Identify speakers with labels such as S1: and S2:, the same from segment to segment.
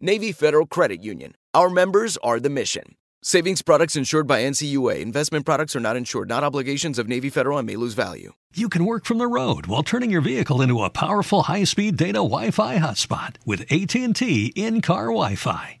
S1: Navy Federal Credit Union. Our members are the mission. Savings products insured by NCUA. Investment products are not insured, not obligations of Navy Federal and may lose value.
S2: You can work from the road while turning your vehicle into a powerful high-speed data Wi-Fi hotspot with AT&T in-car Wi-Fi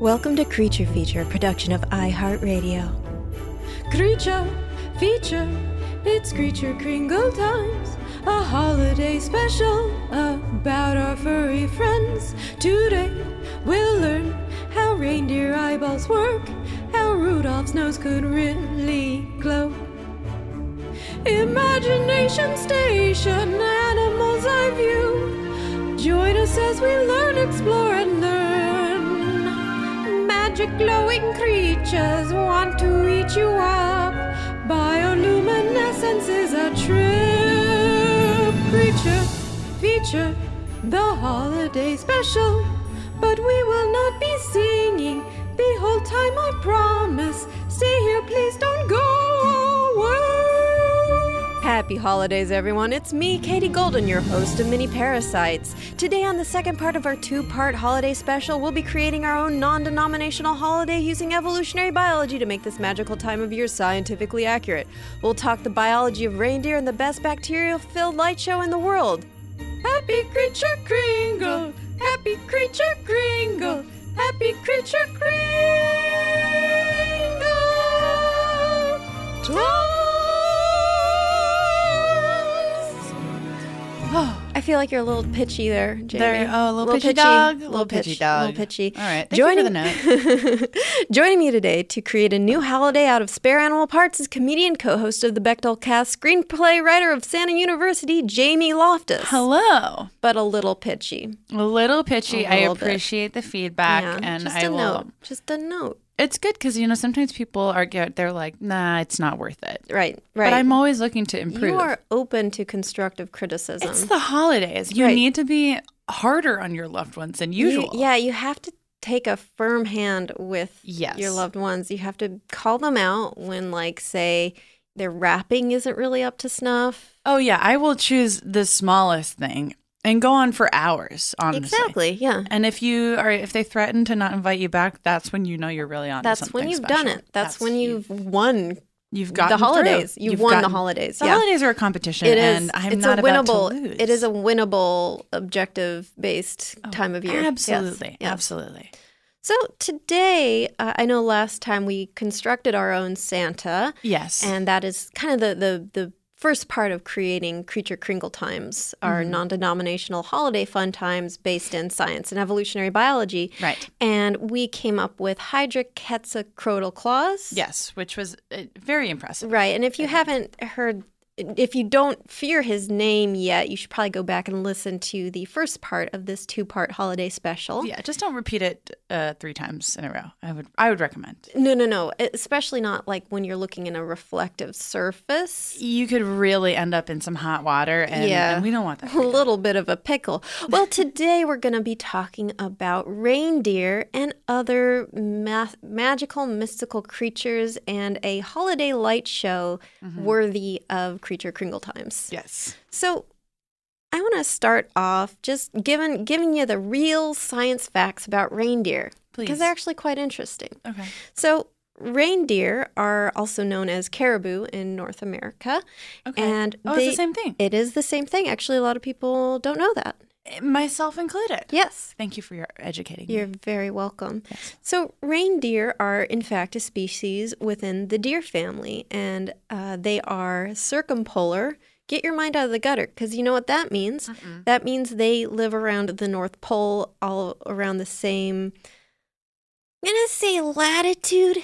S3: Welcome to Creature Feature, a production of iHeartRadio.
S4: Creature feature, it's Creature Kringle times, a holiday special about our furry friends. Today we'll learn how reindeer eyeballs work, how Rudolph's nose could really glow. Imagination Station, animals I view. Join us as we learn, explore, and learn. Magic glowing creatures want to eat you up. Bioluminescence is a trip. Creature, feature, the holiday special. But we will not be singing the whole time, I promise. Stay here, please don't go away.
S3: Happy holidays, everyone. It's me, Katie Golden, your host of Mini Parasites. Today, on the second part of our two part holiday special, we'll be creating our own non denominational holiday using evolutionary biology to make this magical time of year scientifically accurate. We'll talk the biology of reindeer and the best bacterial filled light show in the world.
S4: Happy creature Kringle, happy creature Kringle, happy creature Kringle. Times.
S3: I feel like you're a little pitchy there, Jamie.
S5: There- oh, a little pitchy dog,
S3: Little,
S5: little pitchy
S3: pitch,
S5: dog.
S3: Little pitchy.
S5: All right, thank you for the
S3: note. joining me today to create a new holiday out of spare animal parts is comedian, co-host of the Bechtel Cast, screenplay writer of Santa University, Jamie Loftus.
S5: Hello.
S3: But a little pitchy.
S5: A little pitchy.
S3: A
S5: I
S3: little bit.
S5: appreciate the feedback,
S3: Yeah,
S5: and
S3: just
S5: I
S3: a
S5: will.
S3: note. Just a note.
S5: It's good because you know sometimes people are get they're like, nah, it's not worth it.
S3: Right. Right.
S5: But I'm always looking to improve.
S3: You are open to constructive criticism.
S5: it's the holidays. You
S3: Right.
S5: need to be harder on your loved ones than
S3: You-
S5: usual.
S3: yeah, you have to take a firm hand with
S5: Yes.
S3: your loved ones. You have to call them out when, like, say, their wrapping isn't really up to snuff.
S5: Oh yeah, I will choose the smallest thing and go on for hours. Honestly.
S3: Exactly. Yeah.
S5: And if you are, if they threaten to not invite you back, that's when you know you're really on.
S3: That's when you've done it. That's, when you've won.
S5: you've
S3: the
S5: got
S3: holidays. You've won the holidays,
S5: The
S3: yeah.
S5: holidays are a competition,
S3: It
S5: and
S3: is-
S5: I'm
S3: it's
S5: not
S3: a
S5: about to
S3: winnable.
S5: lose. Oh,
S3: It is a winnable, objective-based time of year. Yes,
S5: Absolutely,
S3: yes.
S5: absolutely.
S3: So today, uh, I know last time we constructed our own Santa.
S5: Yes.
S3: And that is kind of the the, the first part of creating Creature Kringle Times, our
S5: Mm-hmm.
S3: non-denominational holiday fun times based in science and evolutionary biology.
S5: Right.
S3: And we came up with hydroquetzalcoatl claws.
S5: yes, which was uh, very impressive.
S3: Right. And if you haven't heard if you don't fear his name yet, you should probably go back and listen to the first part of this two part holiday special.
S5: Yeah, just don't repeat it uh, three times in a row. I would I would recommend.
S3: No, no, no. E, Especially not like when you're looking in a reflective surface.
S5: You could really end up in some hot water, and, and we don't want that.
S3: A little bit of a pickle. Well, today we're going to be talking about reindeer and other ma- magical, mystical creatures and a holiday light show worthy of Creature Kringle times.
S5: Mm-hmm. Yes.
S3: So I want to start off just giving giving you the real science facts about reindeer because
S5: Please.
S3: they're actually quite interesting.
S5: Okay.
S3: So reindeer are also known as caribou in North America,
S5: Okay.
S3: and
S5: Oh, it's the same thing.
S3: It is the same thing. Actually, a lot of people don't know that.
S5: Myself included.
S3: Yes.
S5: Thank you for your educating.
S3: You're
S5: me.
S3: very welcome. So, reindeer are, in fact, a species within the deer family, and uh, they are circumpolar. Get your mind out of the gutter because you know what that means? That means they live around the North Pole, all around the same. I'm going to say latitude.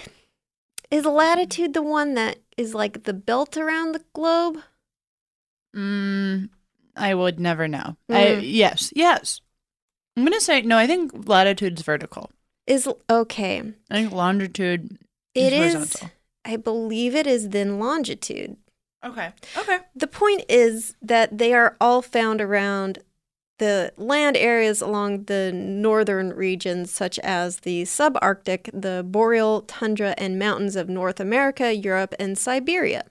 S3: Is
S5: Mm-hmm.
S3: latitude the one that is like the belt around the globe?
S5: Mm, I would never know. I,
S3: Mm.
S5: yes. Yes. I'm gonna say no. I think latitude's vertical.
S3: Is okay.
S5: I think longitude.
S3: It
S5: is
S3: is.
S5: horizontal.
S3: I believe it is then longitude.
S5: Okay. Okay.
S3: The point is that they are all found around the land areas along the northern regions, such as the subarctic, the boreal tundra, and mountains of North America, Europe, and Siberia.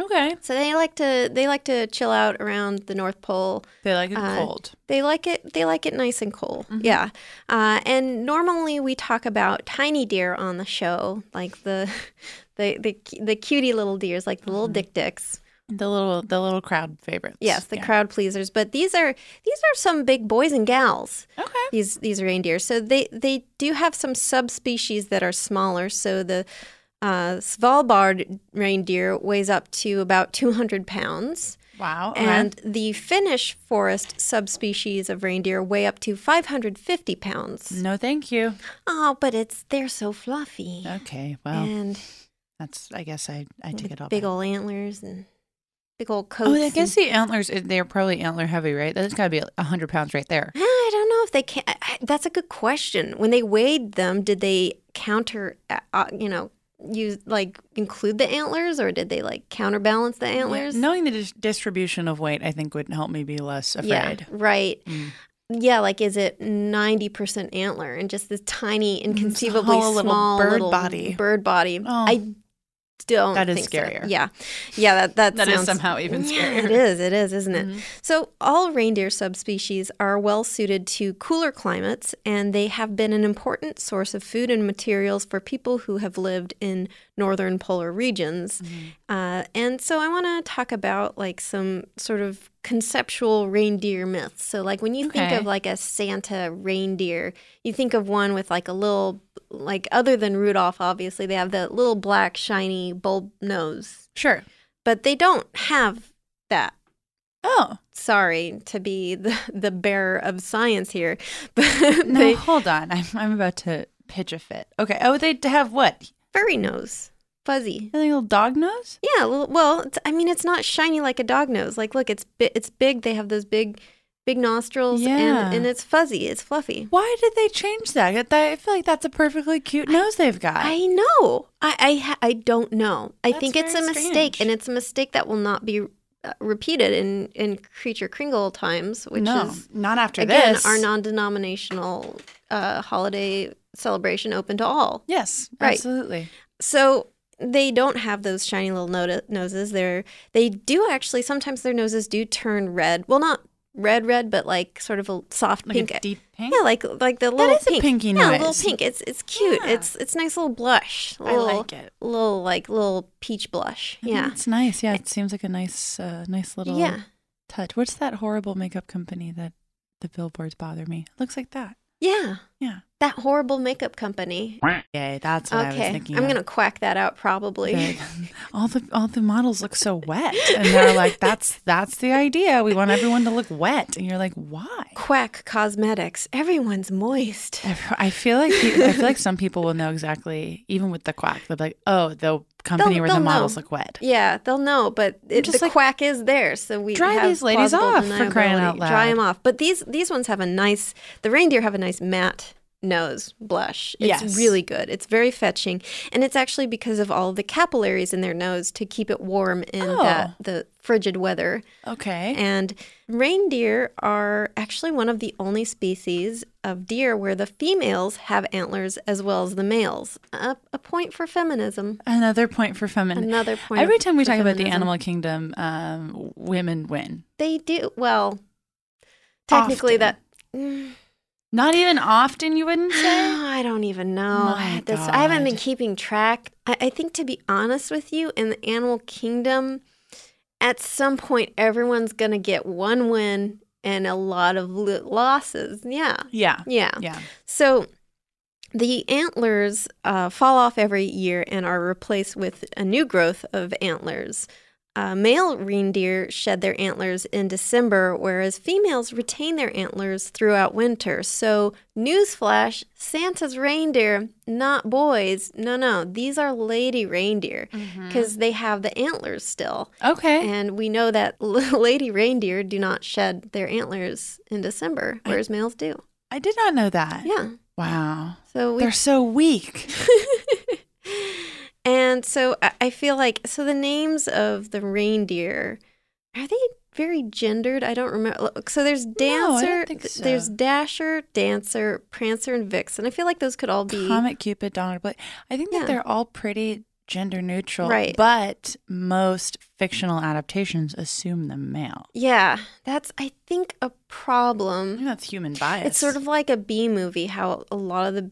S5: Okay.
S3: So they like to they like to chill out around the North Pole.
S5: They like it
S3: Uh,
S5: cold. Mm-hmm.
S3: They like it. They like it nice and cool. Yeah. Uh, and normally we talk about tiny deer on the show, like the the the, cu- the cutie little deers, like the little dick dicks.
S5: Mm-hmm. The little the little crowd favorites.
S3: Yes, the
S5: Yeah.
S3: crowd pleasers. But these are these are some big boys and gals.
S5: Okay.
S3: These these reindeer. So they they do have some subspecies that are smaller. So the uh, Svalbard reindeer weighs up to about 200 pounds,
S5: Wow. okay.
S3: and the Finnish forest subspecies of reindeer weigh up to 550 pounds.
S5: no, thank you.
S3: Oh, but it's they're so fluffy
S5: Okay. Well,
S3: and
S5: that's. I guess I I took it all.
S3: big
S5: back.
S3: old antlers and big old coats.
S5: Oh, I
S3: and-
S5: guess the antlers. They're probably antler heavy, right? That's got to be hundred pounds right there.
S3: Eh, I don't know if they can. I- I- That's a good question. When they weighed them, did they counter, uh, uh, you know, use like include the antlers or did they like counterbalance the antlers?
S5: Knowing the dis- distribution of weight, I think would help me be less
S3: Yeah,
S5: afraid. Mm.
S3: right. Yeah, like is it ninety percent antler and just this
S5: Mm,
S3: tiny, inconceivably
S5: little
S3: small
S5: bird
S3: little
S5: body.
S3: Bird body.
S5: Oh.
S3: I don't.
S5: That is
S3: think so.
S5: scarier.
S3: Yeah, yeah. That that
S5: That is
S3: sounds-
S5: somehow even
S3: Yeah,
S5: scarier. Mm-hmm.
S3: it is. It is, isn't it? So all reindeer subspecies are well suited to cooler climates, and they have been an important source of food and materials for people who have lived in northern polar regions.
S5: Mm-hmm.
S3: Uh, and so I want to talk about like some sort of conceptual reindeer myths. So like when you think
S5: Okay.
S3: of like a Santa reindeer, you think of one with like a little like other than Rudolph obviously, they have that little black shiny bulb nose.
S5: Sure.
S3: But they don't have that.
S5: Oh
S3: Sorry to be the, the bearer of science here, but
S5: no!
S3: they
S5: hold on. I'm I'm about to pitch a fit. Okay. Oh, they have what?
S3: furry nose, fuzzy.
S5: A little dog nose.
S3: Yeah, well, well, it's, I mean, it's not shiny like a dog nose. Like, look, it's bi- it's big. They have those big, big nostrils,
S5: Yeah.
S3: and and it's fuzzy. It's fluffy.
S5: Why did they change that? That- I feel like that's a perfectly cute nose they've got.
S3: I know. I I, ha- I don't know. I
S5: That's
S3: think it's a
S5: very
S3: mistake,
S5: strange.
S3: and it's a mistake that will not be uh, repeated in in Creature Kringle times, which
S5: no,
S3: is
S5: not after
S3: again
S5: this.
S3: our non-denominational uh, holiday celebration open to all.
S5: Yes,
S3: Right.
S5: absolutely.
S3: So they don't have those shiny little no- noses. They're they do actually sometimes their noses do turn red. Well, not red red, but like sort of a soft
S5: Like
S3: pink.
S5: a deep pink.
S3: Yeah, like like the little
S5: is a
S3: pink.
S5: pinky
S3: yeah, a
S5: nose.
S3: little pink. It's it's cute.
S5: Yeah.
S3: It's it's nice little blush.
S5: I
S3: Little,
S5: like it.
S3: Little like little peach blush.
S5: I think
S3: yeah.
S5: it's nice. Yeah, it seems like a nice, uh, nice little
S3: Yeah.
S5: touch. What's that horrible makeup company that the billboards bother me? It looks like that.
S3: Yeah.
S5: Yeah.
S3: That horrible makeup company.
S5: Yay, that's what I was
S3: okay,
S5: thinking.
S3: I'm
S5: of.
S3: gonna quack that out probably.
S5: Good. all the all the models look so wet, and they're like, "That's that's the idea. We want everyone to look wet." And you're like, "Why?"
S3: Quack Cosmetics. Everyone's moist.
S5: Every- I feel like you- I feel like some people will know exactly, even with the quack. They'll be like, "Oh, the company where the
S3: they'll
S5: models
S3: know.
S5: look wet."
S3: Yeah, they'll know, but it,
S5: Just
S3: the
S5: like,
S3: quack is there, so we
S5: dry
S3: have
S5: these ladies
S3: plausible
S5: off for crying
S3: deniability.
S5: out loud.
S3: Dry them off. But these these ones have a nice. The reindeer have a nice matte nose blush. It's
S5: Yes.
S3: really good. It's very fetching, and it's actually because of all the capillaries in their nose to keep it warm in that
S5: Oh.
S3: the frigid weather.
S5: Okay.
S3: And reindeer are actually one of the only species of deer where the females have antlers as well as the males. A, a point for feminism.
S5: Another point for feminism.
S3: Another point
S5: Every time we
S3: for
S5: talk about the
S3: feminism.
S5: animal kingdom, um, w- women win.
S3: They do well. Technically,
S5: Often.
S3: that
S5: Not even often, you wouldn't say.
S3: I don't even know.
S5: My
S3: This- I haven't been
S5: God.
S3: keeping track. I, I think to be honest with you, in the animal kingdom, at some point, everyone's gonna get one win and a lot of lo- losses. Yeah,
S5: Yeah.
S3: yeah.
S5: Yeah.
S3: So the antlers uh, fall off every year and are replaced with a new growth of antlers. Uh, male reindeer shed their antlers in December, whereas females retain their antlers throughout winter. So, newsflash Santa's reindeer, not boys. No, no, these are lady reindeer because they have the antlers still.
S5: Mm-hmm. Okay.
S3: And we know that lady reindeer do not shed their antlers in December, whereas males do.
S5: I did not know that.
S3: Yeah.
S5: Wow.
S3: So we
S5: They're so weak.
S3: and so I- I feel like so the names of the reindeer are they very gendered? I don't remember. Look, So there's
S5: No, I
S3: dancer,
S5: don't think
S3: th-
S5: so.
S3: there's dasher, dancer, prancer, and vixen. I feel like those could all be
S5: Comet, Cupid, Donner, Blake. I think that
S3: Yeah.
S5: they're all pretty gender neutral.
S3: Right.
S5: But most fictional adaptations assume the male.
S3: Yeah, that's I think a
S5: I
S3: problem.
S5: think that's human bias.
S3: It's sort of like a bee movie, how a lot of the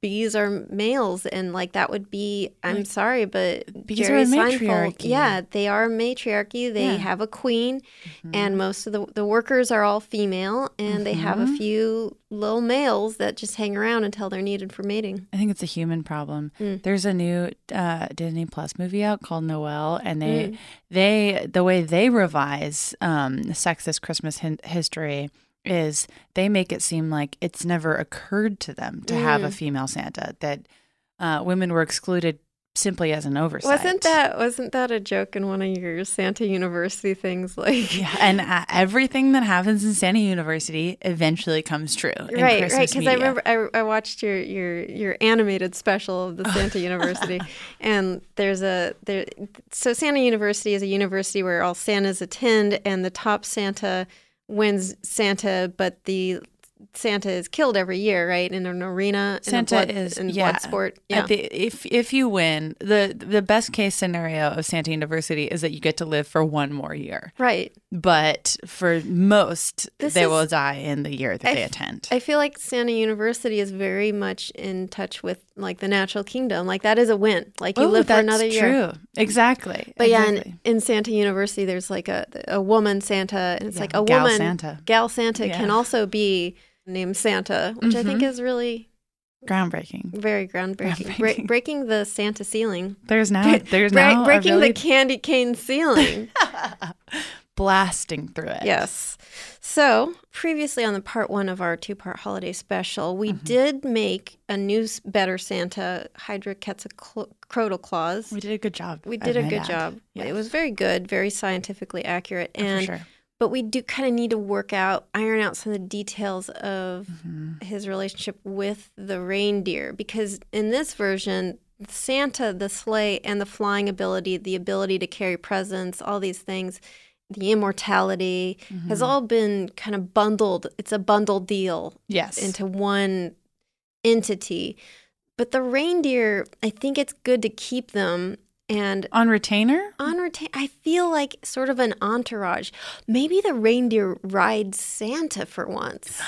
S3: bees are males, and like that would be. I'm
S5: Like,
S3: sorry, but
S5: bees
S3: Jerry
S5: are a
S3: Seinfeld.
S5: matriarchy.
S3: Yeah, they are a matriarchy. They
S5: Yeah. Mm-hmm.
S3: have a queen, and most of the the workers are all female, and they have a few little males that just hang around until they're needed for mating.
S5: I think it's a human problem.
S3: Mm.
S5: There's a new uh, Disney Plus movie out called Noel, and they
S3: Mm.
S5: they the way they revise um, sexist Christmas hin- history is they make it seem like it's never occurred to them to have
S3: Mm.
S5: a female Santa that uh, women were excluded simply as an oversight.
S3: Wasn't that wasn't that a joke in one of your Santa University things? Like,
S5: Yeah, and uh, everything that happens in Santa University eventually comes true. in
S3: right,
S5: Christmas
S3: right. Because I
S5: media.
S3: remember I, I watched your your your animated special of
S5: Oh.
S3: the Santa University, and there's a there. So Santa University is a university where all Santas attend, and the top Santa wins Santa, but the Santa is killed every year, right? In an arena, in
S5: Santa
S3: a blood,
S5: is
S3: in
S5: yeah,
S3: blood sport.
S5: At
S3: Yeah.
S5: the- if if you win, the the best case scenario of Santa University is that you get to live for one more year.
S3: Right.
S5: But for most,
S3: This
S5: they
S3: is-
S5: will die in the year that
S3: I
S5: they
S3: f-
S5: attend.
S3: I feel like Santa University is very much in touch with like the natural kingdom. Like that is a win. Like you
S5: Oh,
S3: live for
S5: that's
S3: another year.
S5: True, exactly.
S3: But yeah,
S5: exactly.
S3: in, in Santa University, there's like a a woman Santa, and it's
S5: Yeah,
S3: like a
S5: gal
S3: woman
S5: Santa.
S3: Gal Santa
S5: Yeah.
S3: can also be named Santa, which I think is really
S5: Mm-hmm. groundbreaking.
S3: very groundbreaking. Bre-
S5: Groundbreaking.
S3: breaking the Santa ceiling,
S5: There's now there's
S3: Bre-
S5: now a
S3: breaking
S5: really
S3: the candy cane ceiling.
S5: blasting through it.
S3: Yes. So, previously on the part one of our two part holiday special, we
S5: Mm-hmm.
S3: did make a new s- Better Santa Hydra Quetzalcoatl Claus.
S5: we did a good job.
S3: We
S5: I
S3: did a
S5: might
S3: good
S5: add.
S3: job. It
S5: Yes. Oh,
S3: was very good, very scientifically accurate.
S5: for
S3: And
S5: sure.
S3: but we do kind of need to work out, iron out some of the details of
S5: Mm-hmm.
S3: his relationship with the reindeer because in this version, Santa, the sleigh, and the flying ability, the ability to carry presents, all these things, the immortality
S5: Mm-hmm.
S3: has all been kind of bundled. It's a bundle deal
S5: yes.
S3: into one entity. But the reindeer, I think it's good to keep them and
S5: on retainer.
S3: on retain I feel like sort of an entourage. Maybe the reindeer rides Santa for once.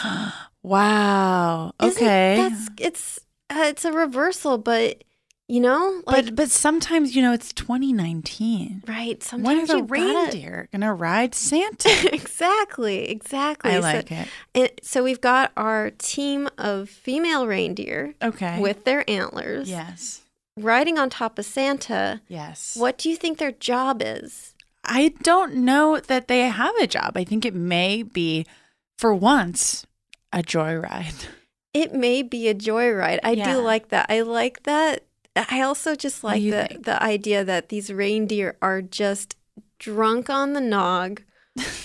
S5: Wow.
S3: Isn't-
S5: Okay.
S3: uh, That's it's uh, it's a reversal, but You know, like
S5: but but sometimes you know it's 2019.
S3: right.
S5: When are
S3: Sometimes
S5: the
S3: you gotta-
S5: reindeer gonna ride Santa?
S3: exactly, exactly.
S5: I
S3: So-
S5: like it.
S3: it- So we've got our team of female reindeer
S5: Okay.
S3: with their antlers
S5: yes,
S3: riding on top of Santa.
S5: yes.
S3: What do you think their job is?
S5: I don't know that they have a job. I think it may be, for once, a joyride.
S3: It may be a joyride. I
S5: Yeah.
S3: do like that. I like that. I also just
S5: What do
S3: like
S5: you
S3: the,
S5: think?
S3: the idea that these reindeer are just drunk on the nog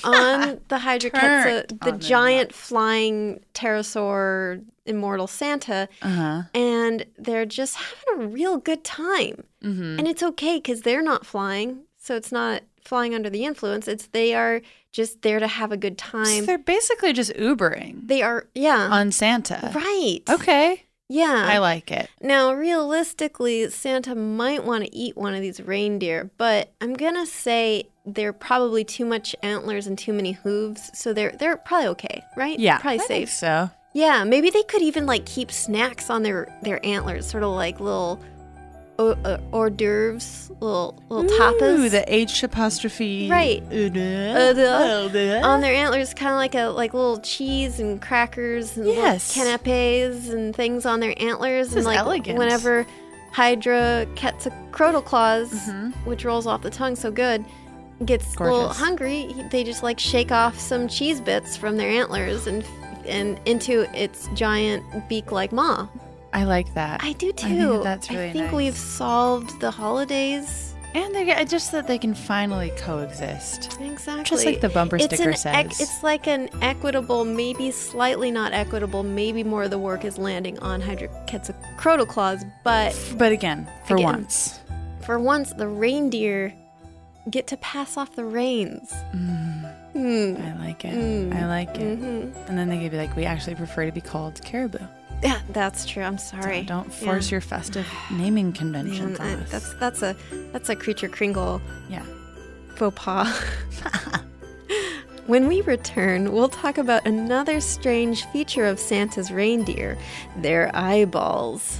S3: on the Hydrochetsa,
S5: Turned
S3: the
S5: on the
S3: giant
S5: nog.
S3: flying pterosaur immortal Santa,
S5: Uh huh.
S3: and they're just having a real good time.
S5: Mm-hmm.
S3: And it's okay because they're not flying. So it's not flying under the influence. It's they are just there to have a good
S5: So
S3: time.
S5: they're basically just Ubering
S3: they are, yeah.
S5: on Santa.
S3: Right.
S5: Okay.
S3: Yeah.
S5: I like it.
S3: now, realistically, Santa might want to eat one of these reindeer, but I'm gonna say they're probably too much antlers and too many hooves, so they're they're probably okay, right?
S5: Yeah.
S3: probably
S5: I think
S3: safe.
S5: so.
S3: Yeah, maybe they could even like keep snacks on their their antlers, sort of like little o- uh, hors d'oeuvres, little little
S5: Ooh,
S3: tapas.
S5: the H apostrophe.
S3: Right.
S5: Uh, duh.
S3: Uh, the-
S5: Uh, duh.
S3: on their antlers, kind of like a like little cheese and crackers and little
S5: Yes.
S3: canapes and things on their antlers.
S5: This
S3: and
S5: is
S3: like
S5: elegant.
S3: whenever Hydra Quetzalcoatlclaws, which rolls off the tongue so good, gets a little
S5: Mm-hmm. Gorgeous.
S3: hungry, he- they just like shake off some cheese bits from their antlers and and into its giant beak-like maw.
S5: I like that.
S3: I do too.
S5: think that's really
S3: I think
S5: nice.
S3: we've solved the holidays.
S5: and they get, just that they can finally coexist.
S3: Exactly.
S5: the bumper sticker
S3: an ec-
S5: says.
S3: it's like an equitable, maybe slightly not equitable, maybe more of the work is landing on Hydrochetzacrotoclaws, but
S5: But again, for
S3: Again.
S5: once.
S3: for once, the reindeer get to pass off the reins. Mm.
S5: I like it.
S3: Mm.
S5: I like it.
S3: hmm
S5: And then they could be like, we actually prefer to be called caribou.
S3: Yeah, that's true. I'm
S5: So
S3: sorry.
S5: don't force your festive naming conventions on
S3: Man, I-
S5: us.
S3: that's that's a that's a creature kringle
S5: yeah.
S3: faux pas. when we return, we'll talk about another strange feature of Santa's reindeer: their eyeballs.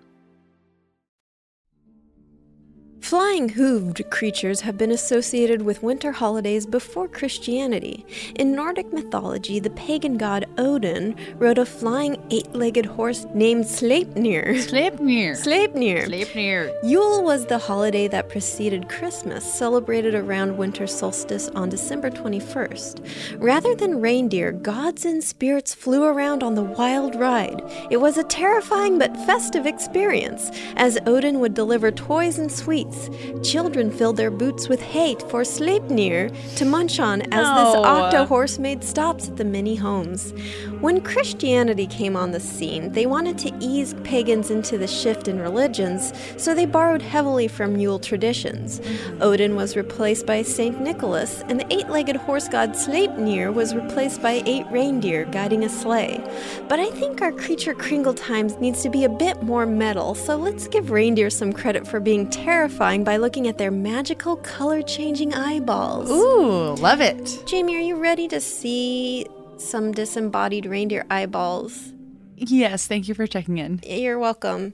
S3: Flying hooved creatures have been associated with winter holidays before Christianity. In Nordic mythology, the pagan god Odin rode a flying eight legged horse named Sleipnir.
S5: Sleipnir.
S3: Sleipnir.
S5: Sleipnir.
S3: Yule was the holiday that preceded Christmas, celebrated around winter solstice on December 21st. Rather than reindeer, gods and spirits flew around on the wild ride. It was a terrifying but festive experience, as Odin would deliver toys and sweets. Children filled their boots with hay for Sleipnir to munch on as this
S5: No.
S3: octo horse made stops at the many homes. When Christianity came on the scene, they wanted to ease pagans into the shift in religions, so they borrowed heavily from Yule traditions. Odin was replaced by Saint Nicholas, and the eight legged horse god Sleipnir was replaced by eight reindeer guiding a sleigh. But I think our creature Kringle Times needs to be a bit more metal, so let's give reindeer some credit for being terrifying by looking at their magical color changing eyeballs.
S5: Ooh, love it.
S3: Jamie, are you ready to see some disembodied reindeer eyeballs?
S5: Yes, thank you for checking in.
S3: You're welcome.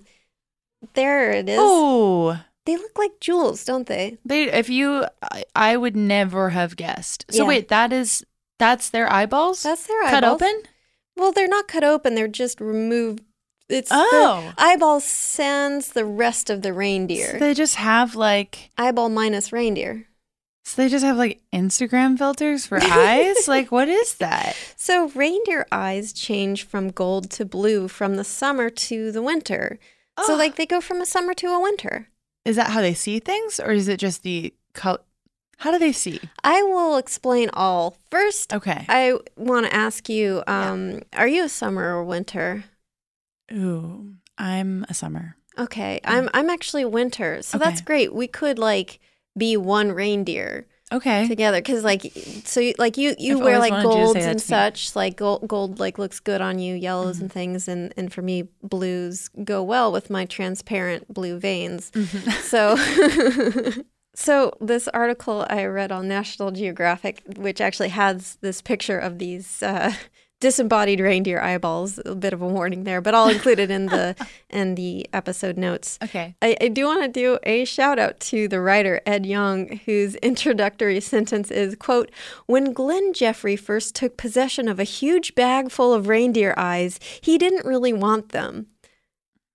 S3: There it is.
S5: Oh,
S3: They look like jewels, don't they?
S5: they. If you, I, I would never have guessed. So
S3: Yeah.
S5: wait, that is that's their eyeballs.
S3: That's their
S5: cut
S3: eyeballs.
S5: open.
S3: Well, they're not cut open, they're just removed. It's
S5: Oh.
S3: the eyeball sans the rest of the reindeer.
S5: So they just have like.
S3: eyeball minus reindeer.
S5: So they just have like Instagram filters for eyes. like what is that?
S3: So reindeer eyes change from gold to blue from the summer to the winter. So
S5: Oh.
S3: like they go from a summer to a winter.
S5: Is that how they see things, or is it just the color? How do they see?
S3: I will explain all. First,
S5: Okay.
S3: I want to ask you: um, Are you a summer or winter?
S5: Ooh, I'm a summer.
S3: Okay, I'm I'm actually winter, so that's
S5: Okay.
S3: great. We could like be one reindeer
S5: Okay.
S3: together because like so you, like you you
S5: I've
S3: wear
S5: always
S3: like
S5: wanted you to say
S3: golds
S5: that
S3: and
S5: to me. Mm-hmm.
S3: such like gold, gold like looks good on you yellows and things and and for me blues go well with my transparent blue veins
S5: Mm-hmm.
S3: so so this article i read on national geographic which actually has this picture of these uh disembodied reindeer eyeballs a bit of a warning there but i'll include it in the in the episode notes
S5: Okay.
S3: I, I do want to do a shout out to the writer Ed Young, whose introductory sentence is quote, When Glenn Jeffrey first took possession of a huge bag full of reindeer eyes, he didn't really want them.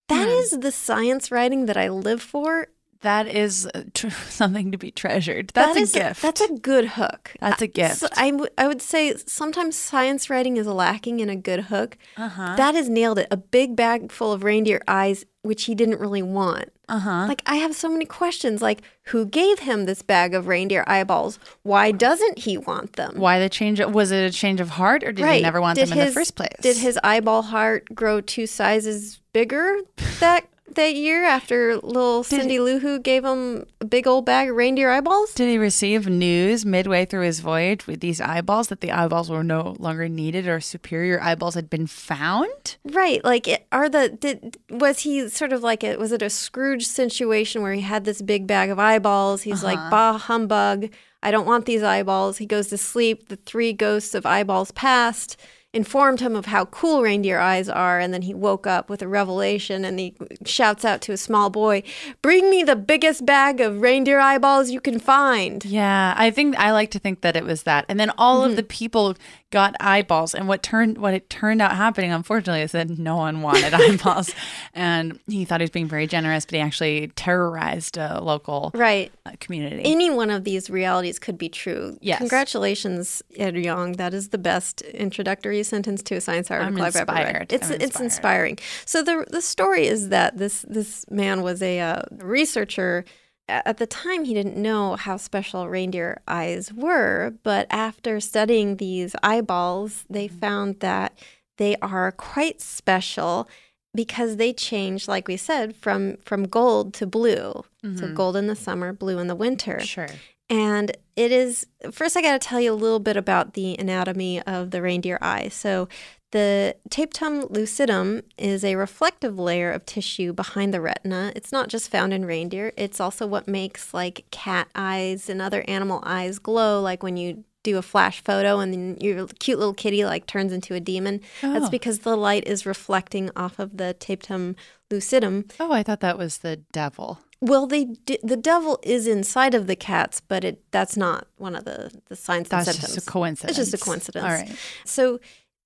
S3: That
S5: Hmm.
S3: is the science writing that I live for.
S5: That is uh, tr- something to be treasured. That's
S3: That is-
S5: a gift.
S3: That's a good hook.
S5: That's a
S3: I- Uh, so
S5: gift.
S3: I w- I would say sometimes science writing is lacking in a good hook.
S5: uh huh.
S3: That is nailed it. A big bag full of reindeer eyes, which he didn't really want.
S5: Uh huh.
S3: Like, I have so many questions. Like, who gave him this bag of reindeer eyeballs? Why doesn't he want them?
S5: Why the change? Was it a change of heart, or did he never want
S3: Did
S5: them in the
S3: his-
S5: first place?
S3: Did his eyeball heart grow two sizes bigger that that year after little
S5: Did-
S3: Cindy Lou Who gave him a big old bag of reindeer eyeballs?
S5: Did he receive news midway through his voyage with these eyeballs that the eyeballs were no longer needed, or superior eyeballs had been found?
S3: Right, like it, are the did was he sort of like a was it a Scrooge situation where he had this big bag of eyeballs? He's like bah humbug, I don't want these eyeballs. He goes to sleep. The three ghosts of eyeballs past informed him of how cool reindeer eyes are, and then he woke up with a revelation. And he shouts out to a small boy, "Bring me the biggest bag of reindeer eyeballs you can find." Mm-hmm.
S5: Yeah, I think I like to think that it was that, and then all of the people got eyeballs, and what turned what it turned out happening, unfortunately, is that no one wanted eyeballs, and he thought he was being very generous, but he actually terrorized a local
S3: Right.
S5: uh, community.
S3: Any one of these realities could be true.
S5: Yes.
S3: Congratulations, Ed Young. That is the best introductory sentence to a science
S5: I'm
S3: article I've ever read.
S5: inspired.
S3: It's
S5: I'm
S3: it's
S5: inspired.
S3: inspiring. So the the story is that this this man was a uh, researcher. A- At the time, he didn't know how special reindeer eyes were, but after studying these eyeballs, they
S5: Mm-hmm.
S3: found that they are quite special because they change, like we said, from from gold to blue.
S5: Mm-hmm.
S3: So gold in the summer, blue in the winter.
S5: sure.
S3: And it is first, I got to tell you a little bit about the anatomy of the reindeer eye. So, the tapetum lucidum is a reflective layer of tissue behind the retina. It's not just found in reindeer, it's also what makes like cat eyes and other animal eyes glow, like when you do a flash photo and then your cute little kitty like turns into a demon. That's
S5: Oh.
S3: because the light is reflecting off of the tapetum lucidum.
S5: Oh, I thought that was the devil.
S3: Well, they d- the devil is inside of the cats, but it that's not one of the the signs
S5: That's
S3: and
S5: just a
S3: symptoms.
S5: coincidence.
S3: It's just a coincidence.
S5: All right.
S3: So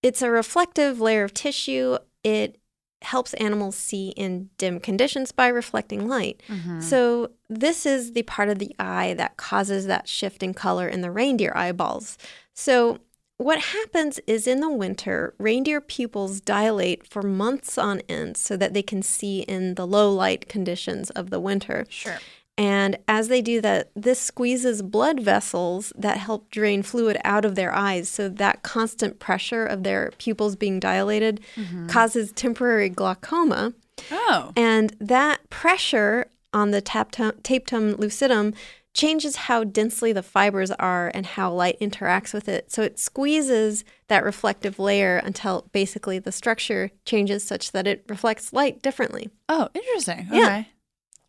S3: it's a reflective layer of tissue. It helps animals see in dim conditions by reflecting light.
S5: Mm-hmm.
S4: Mm.
S3: So this is the part of the eye that causes that shift in color in the reindeer eyeballs. So what happens is in the winter, reindeer pupils dilate for months on end so that they can see in the low light conditions of the winter.
S5: Sure.
S3: And as they do that, this squeezes blood vessels that help drain fluid out of their eyes. So that constant pressure of their pupils being dilated
S5: Mm.
S3: causes temporary glaucoma.
S5: Oh.
S3: And that pressure on the taptum, tapetum lucidum changes how densely the fibers are and how light interacts with it. So it squeezes that reflective layer until basically the structure changes such that it reflects light differently.
S5: Oh, interesting.
S3: Yeah.
S5: Okay.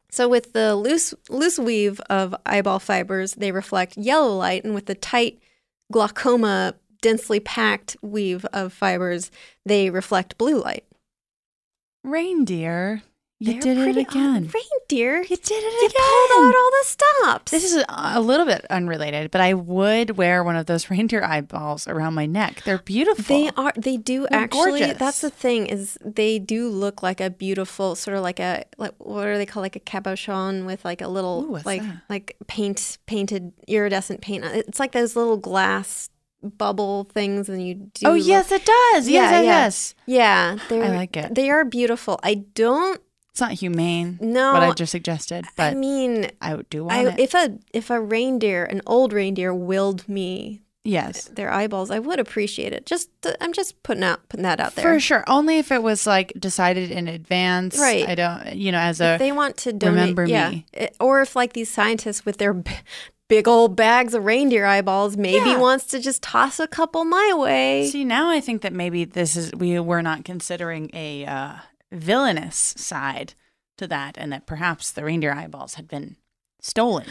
S3: So with the loose loose weave of eyeball fibers, they reflect yellow light, and with the tight glaucoma densely packed weave of fibers, they reflect blue light.
S5: Reindeer. You
S3: They're
S5: did it
S3: pretty-
S5: again.
S3: Oh, reindeer. You
S5: did it
S3: You pulled out
S5: again.
S3: all the stops.
S5: This is a, a little bit unrelated, but I would wear one of those reindeer eyeballs around my neck. They're beautiful.
S3: They are. They do
S5: They're
S3: actually.
S5: gorgeous.
S3: That's the thing is they do look like a beautiful sort of like a like what are they called like a cabochon with like a little
S5: Ooh, what's
S3: like
S5: that?
S3: like paint painted iridescent paint. on- It's like those little glass bubble things, and you do.
S5: Oh
S3: look-
S5: yes, it does. Yes,
S3: Yeah,
S5: yes,
S3: yeah.
S5: yes.
S3: yeah. They're,
S5: like it.
S3: They are beautiful. I don't.
S5: It's not humane.
S3: No,
S5: what I just suggested, but I,
S3: I mean,
S5: would do want
S3: I,
S5: it.
S3: if a if a reindeer, an old reindeer, willed me
S5: yes,
S3: their eyeballs, I would appreciate it. Just I'm just putting out putting that out there.
S5: for sure. Only if it was like decided in advance.
S3: Right.
S5: I don't. You know, as a
S3: if they want to donate,
S5: remember
S3: yeah,
S5: me.
S3: It- or if like these scientists with their b- big old bags of reindeer eyeballs, maybe
S5: Yeah.
S3: wants to just toss a couple my way.
S5: see now, I think that maybe this is we were not considering a uh, villainous side to that, and that perhaps the reindeer eyeballs had been stolen.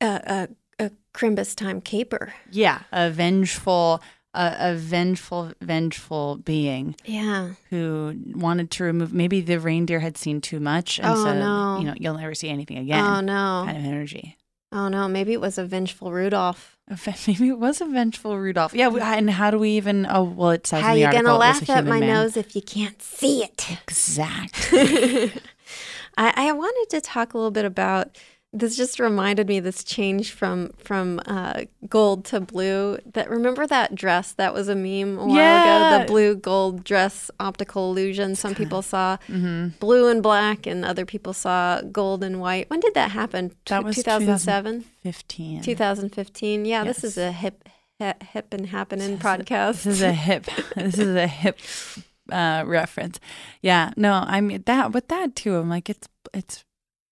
S3: A uh, uh, Crimbus time caper.
S5: Yeah, a vengeful, a, a vengeful, vengeful being
S3: Yeah,
S5: who wanted to remove. Maybe the reindeer had seen too much, and
S3: Oh,
S5: so
S3: no.
S5: you know you'll never see anything again.
S3: Oh, no.
S5: kind of energy.
S3: oh no, maybe it was a vengeful Rudolph.
S5: A ven- Maybe it was a vengeful Rudolph. Yeah, we- and how do we even? Oh, well, it says
S3: How
S5: in the
S3: you
S5: article
S3: gonna
S5: it was
S3: laugh
S5: a
S3: at
S5: human
S3: my
S5: man.
S3: nose if you can't see it?
S5: Exactly.
S3: I, I wanted to talk a little bit about this. Just reminded me this change from from uh, gold to blue. That remember that dress that was a meme a while ago.
S5: Yeah.
S3: The blue gold dress optical illusion. Some people saw blue and black, and other people saw gold and white. When did that happen?
S5: That was
S3: 2007,
S5: 2015.
S3: 2015. Yeah, this is
S5: Yes.
S3: a hip hip, hip and happening
S5: This
S3: podcast.
S5: is a hip. this is a hip uh, reference. Yeah. No, I mean that with that too. I'm like it's it's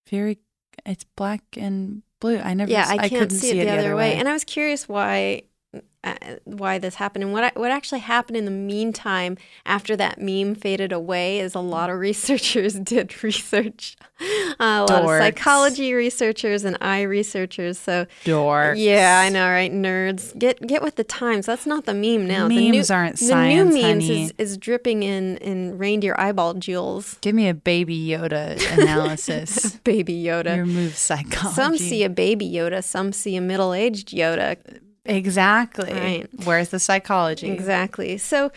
S5: very it's black and blue. I never.
S3: yeah,
S5: s-
S3: I can't
S5: couldn't
S3: see it the, other way. And I was curious why uh, why this happened and what I, what actually happened in the meantime after that meme faded away is a lot of researchers did research, uh, a lot of
S5: Dorks.
S3: psychology researchers and eye researchers. So
S5: Dorks.
S3: yeah, I know, right? Nerds, get get with the times. That's not the meme now.
S5: Memes
S3: the new,
S5: aren't
S3: the
S5: science,
S3: new memes
S5: honey.
S3: is, is dripping in in reindeer eyeball jewels.
S5: Give me a baby Yoda analysis.
S3: Baby Yoda.
S5: Remove psychology.
S3: some see a baby Yoda, some see a middle-aged Yoda.
S5: exactly.
S3: Right.
S5: Where's the psychology?
S3: Exactly. So,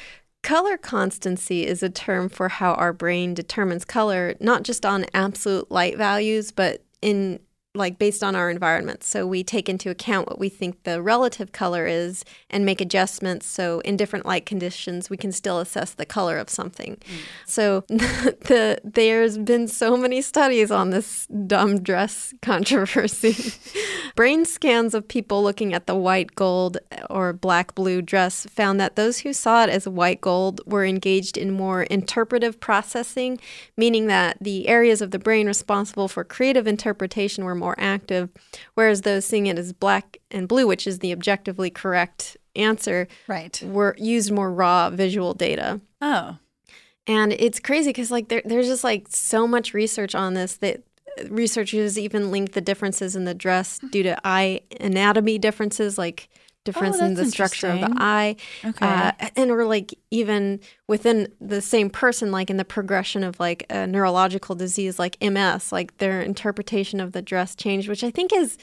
S3: color constancy is a term for how our brain determines color, not just on absolute light values, but in like based on our environment. So, we take into account what we think the relative color is and make adjustments. So, in different light conditions, we can still assess the color of something. So, the, there's been so many studies on this dumb dress controversy. Brain scans of people looking at the white gold or black blue dress found that those who saw it as white gold were engaged in more interpretive processing, meaning that the areas of the brain responsible for creative interpretation were more active, whereas those seeing it as black and blue, which is the objectively correct answer,
S5: Right.
S3: were used more raw visual data.
S5: Oh.
S3: And it's crazy because like there, there's just like so much research on this that uh, researchers even link the differences in the dress due to eye anatomy differences, like difference
S5: Oh,
S3: in
S5: that's
S3: the structure of the
S5: interesting.
S3: eye.
S5: Okay.
S3: Uh, and or like even within the same person, like in the progression of like a neurological disease like MS, like their interpretation of the dress change, which I think is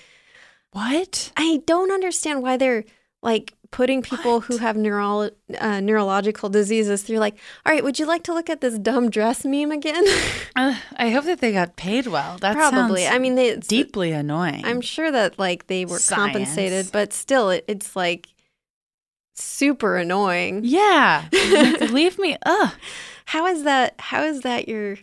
S5: What?
S3: I don't understand why they're like putting people who have neuro- uh, neurological diseases through like, all right, would you like to look at this dumb dress meme again?
S5: Uh, I hope that they got paid well. That
S3: Probably.
S5: sounds
S3: I mean, they, it's-
S5: deeply annoying.
S3: I'm sure that like they were compensated,
S5: Science.
S3: but still, it, it's like super annoying.
S5: yeah. Like, leave me. Ugh.
S3: How is that? How is that your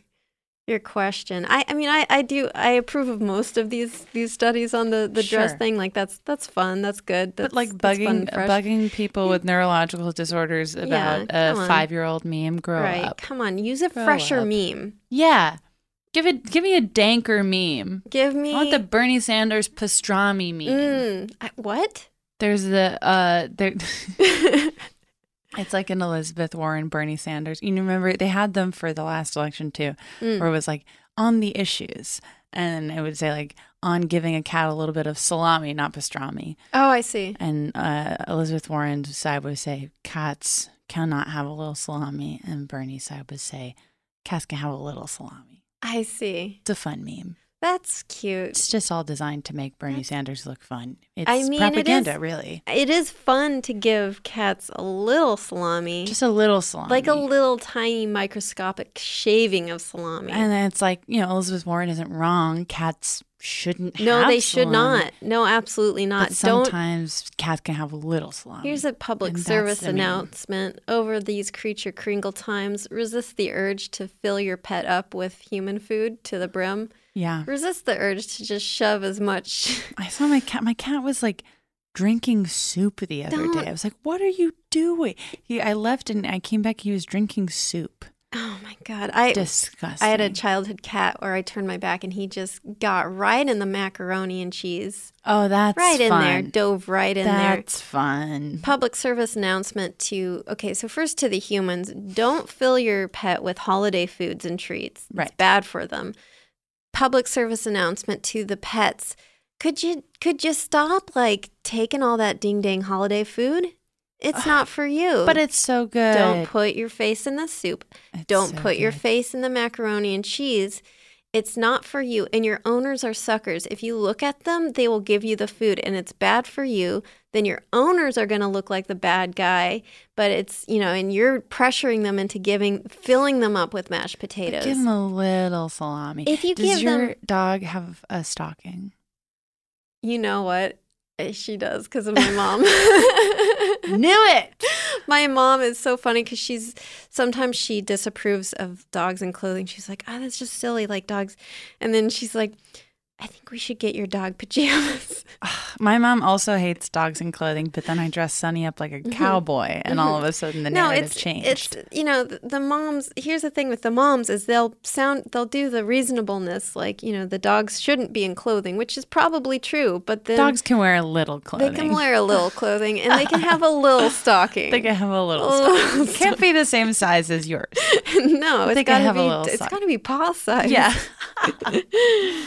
S3: your question? I, I mean, I, I do I approve of most of these these studies on the the dress
S5: Sure.
S3: thing. Like that's that's fun. That's good. That's,
S5: but like
S3: that's fun and
S5: bugging
S3: fresh.
S5: bugging people with neurological disorders about
S3: Yeah, come
S5: a
S3: on.
S5: five year old meme grow
S3: right?
S5: up.
S3: Come on, use a
S5: Grow
S3: fresher
S5: up.
S3: meme.
S5: Yeah. Give it give me a danker meme.
S3: Give me
S5: I want the Bernie Sanders pastrami meme.
S3: Mm, I- what?
S5: There's the uh there It's like an Elizabeth Warren, Bernie Sanders. You remember they had them for the last election too,
S3: Mm.
S5: where it was like on the issues, and it would say like on giving a cat a little bit of salami, not pastrami.
S3: Oh, I see.
S5: And uh, Elizabeth Warren's side would say cats cannot have a little salami, and Bernie's side would say cats can have a little salami.
S3: I see.
S5: It's a fun meme.
S3: That's cute.
S5: It's just all designed to make Bernie Sanders look fun. It's
S3: I mean, it is-
S5: propaganda, really.
S3: It is fun to give cats a little salami.
S5: Just a little salami,
S3: like a little tiny microscopic shaving of salami.
S5: And then it's like, you know, Elizabeth Warren isn't wrong. Cats shouldn't
S3: no,
S5: have
S3: they should
S5: salami.
S3: not. No, absolutely not.
S5: But
S3: Don't.
S5: sometimes cats can have a little salami.
S3: Here's a public
S5: And that's
S3: service
S5: the meme.
S3: announcement. Over these creature kringle times, resist the urge to fill your pet up with human food to the brim.
S5: Yeah.
S3: Resist the urge to just shove as much.
S5: I saw my cat. My cat was like drinking soup the other
S3: Don't-
S5: day. I was like, what are you doing? He, I left and I came back. He was drinking soup.
S3: Oh my god. I
S5: Disgusting.
S3: I had a childhood cat where I turned my back and he just got right in the macaroni and cheese.
S5: Oh, that's
S3: right in there,
S5: fun.
S3: dove right in there.
S5: that's fun.
S3: Public service announcement to okay, so first to the humans, don't fill your pet with holiday foods and treats. It's
S5: Right.
S3: bad for them. Public service announcement to the pets. Could you could you stop like taking all that ding dang holiday food? It's not for you.
S5: But it's so good.
S3: Don't put your face in the soup.
S5: It's
S3: Don't
S5: so
S3: put your
S5: good.
S3: face in the macaroni and cheese. It's not for you. And your owners are suckers. If you look at them, they will give you the food and it's bad for you. Then your owners are going to look like the bad guy. But it's, you know, and you're pressuring them into giving, filling them up with mashed
S5: But
S3: potatoes.
S5: Give him a little salami.
S3: If you
S5: Does
S3: give
S5: your
S3: them-
S5: dog have a stocking?
S3: you know what? Eh, She does because of my mom.
S5: Knew it.
S3: My mom is so funny because she's sometimes she disapproves of dogs and clothing. She's like, oh, that's just silly, like dogs. And then she's like, I think we should get your dog pajamas.
S5: My mom also hates dogs and clothing, but then I dressed Sunny up like a cowboy, and all of a sudden the narrative changed.
S3: Mm-hmm. It's uh, you know the, the moms. Here's the thing with the moms is they'll sound they'll do the reasonableness like you know the dogs shouldn't be in clothing, which is probably true. But then
S5: dogs can wear a little clothing.
S3: they can wear a little clothing and they can have a little stocking.
S5: They can have a little.
S3: A little
S5: stocking. Can't be the same size as yours.
S3: no, it's
S5: They can
S3: gotta
S5: have a
S3: be
S5: little
S3: it's
S5: sock.
S3: gotta be paw size.
S5: Yeah.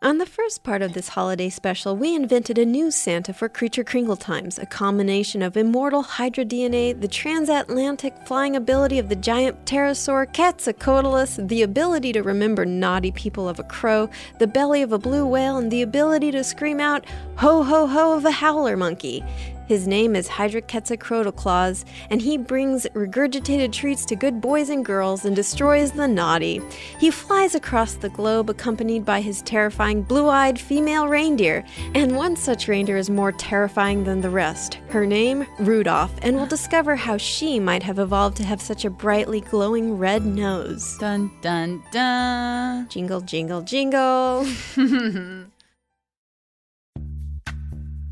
S3: On the first part of this holiday special, we invented a new Santa for Creature Kringle Times, a combination of immortal Hydra DNA, the transatlantic flying ability of the giant pterosaur, Quetzalcoatlus, the ability to remember naughty people of a crow, the belly of a blue whale, and the ability to scream out, Ho ho ho of a howler monkey. His name is Hydra Quetzalcoatlus, and he brings regurgitated treats to good boys and girls and destroys the naughty. He flies across the globe accompanied by his terrifying blue eyed female reindeer, and one such reindeer is more terrifying than the rest. Her name, Rudolph, and we'll discover how she might have evolved to have such a brightly glowing red nose.
S5: dun dun dun.
S3: Jingle, jingle, jingle.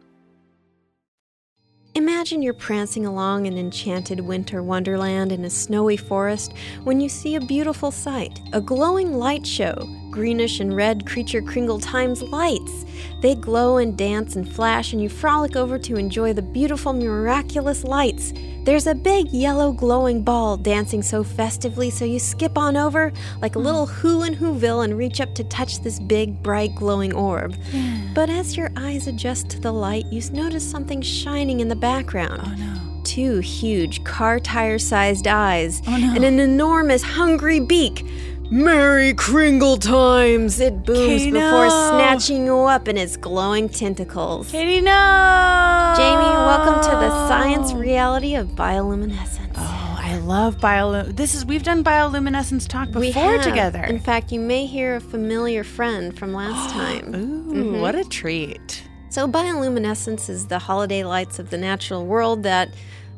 S3: Imagine you're prancing along an enchanted winter wonderland in a snowy forest when you see a beautiful sight a glowing light show. Greenish and red Creature Kringle Times lights. They glow and dance and flash, and you frolic over to enjoy the beautiful, miraculous lights. There's a big yellow glowing ball dancing so festively, so you skip on over like a little who in Whoville and reach up to touch this big, bright, glowing orb. But as your eyes adjust to the light, you notice something shining in the background. Oh no. Two huge car tire sized eyes
S5: Oh, no.
S3: and an enormous hungry beak. Merry Kringle times! It booms before
S5: Kano.
S3: snatching you up in its glowing tentacles.
S5: Katie, no.
S3: Jamie, welcome to the science reality of bioluminescence.
S5: Oh, I love biolu. This is we've done bioluminescence talk before
S3: we have.
S5: together.
S3: In fact, you may hear a familiar friend from last time.
S5: Ooh,
S3: Mhm.
S5: what a treat!
S3: So, bioluminescence is the holiday lights of the natural world that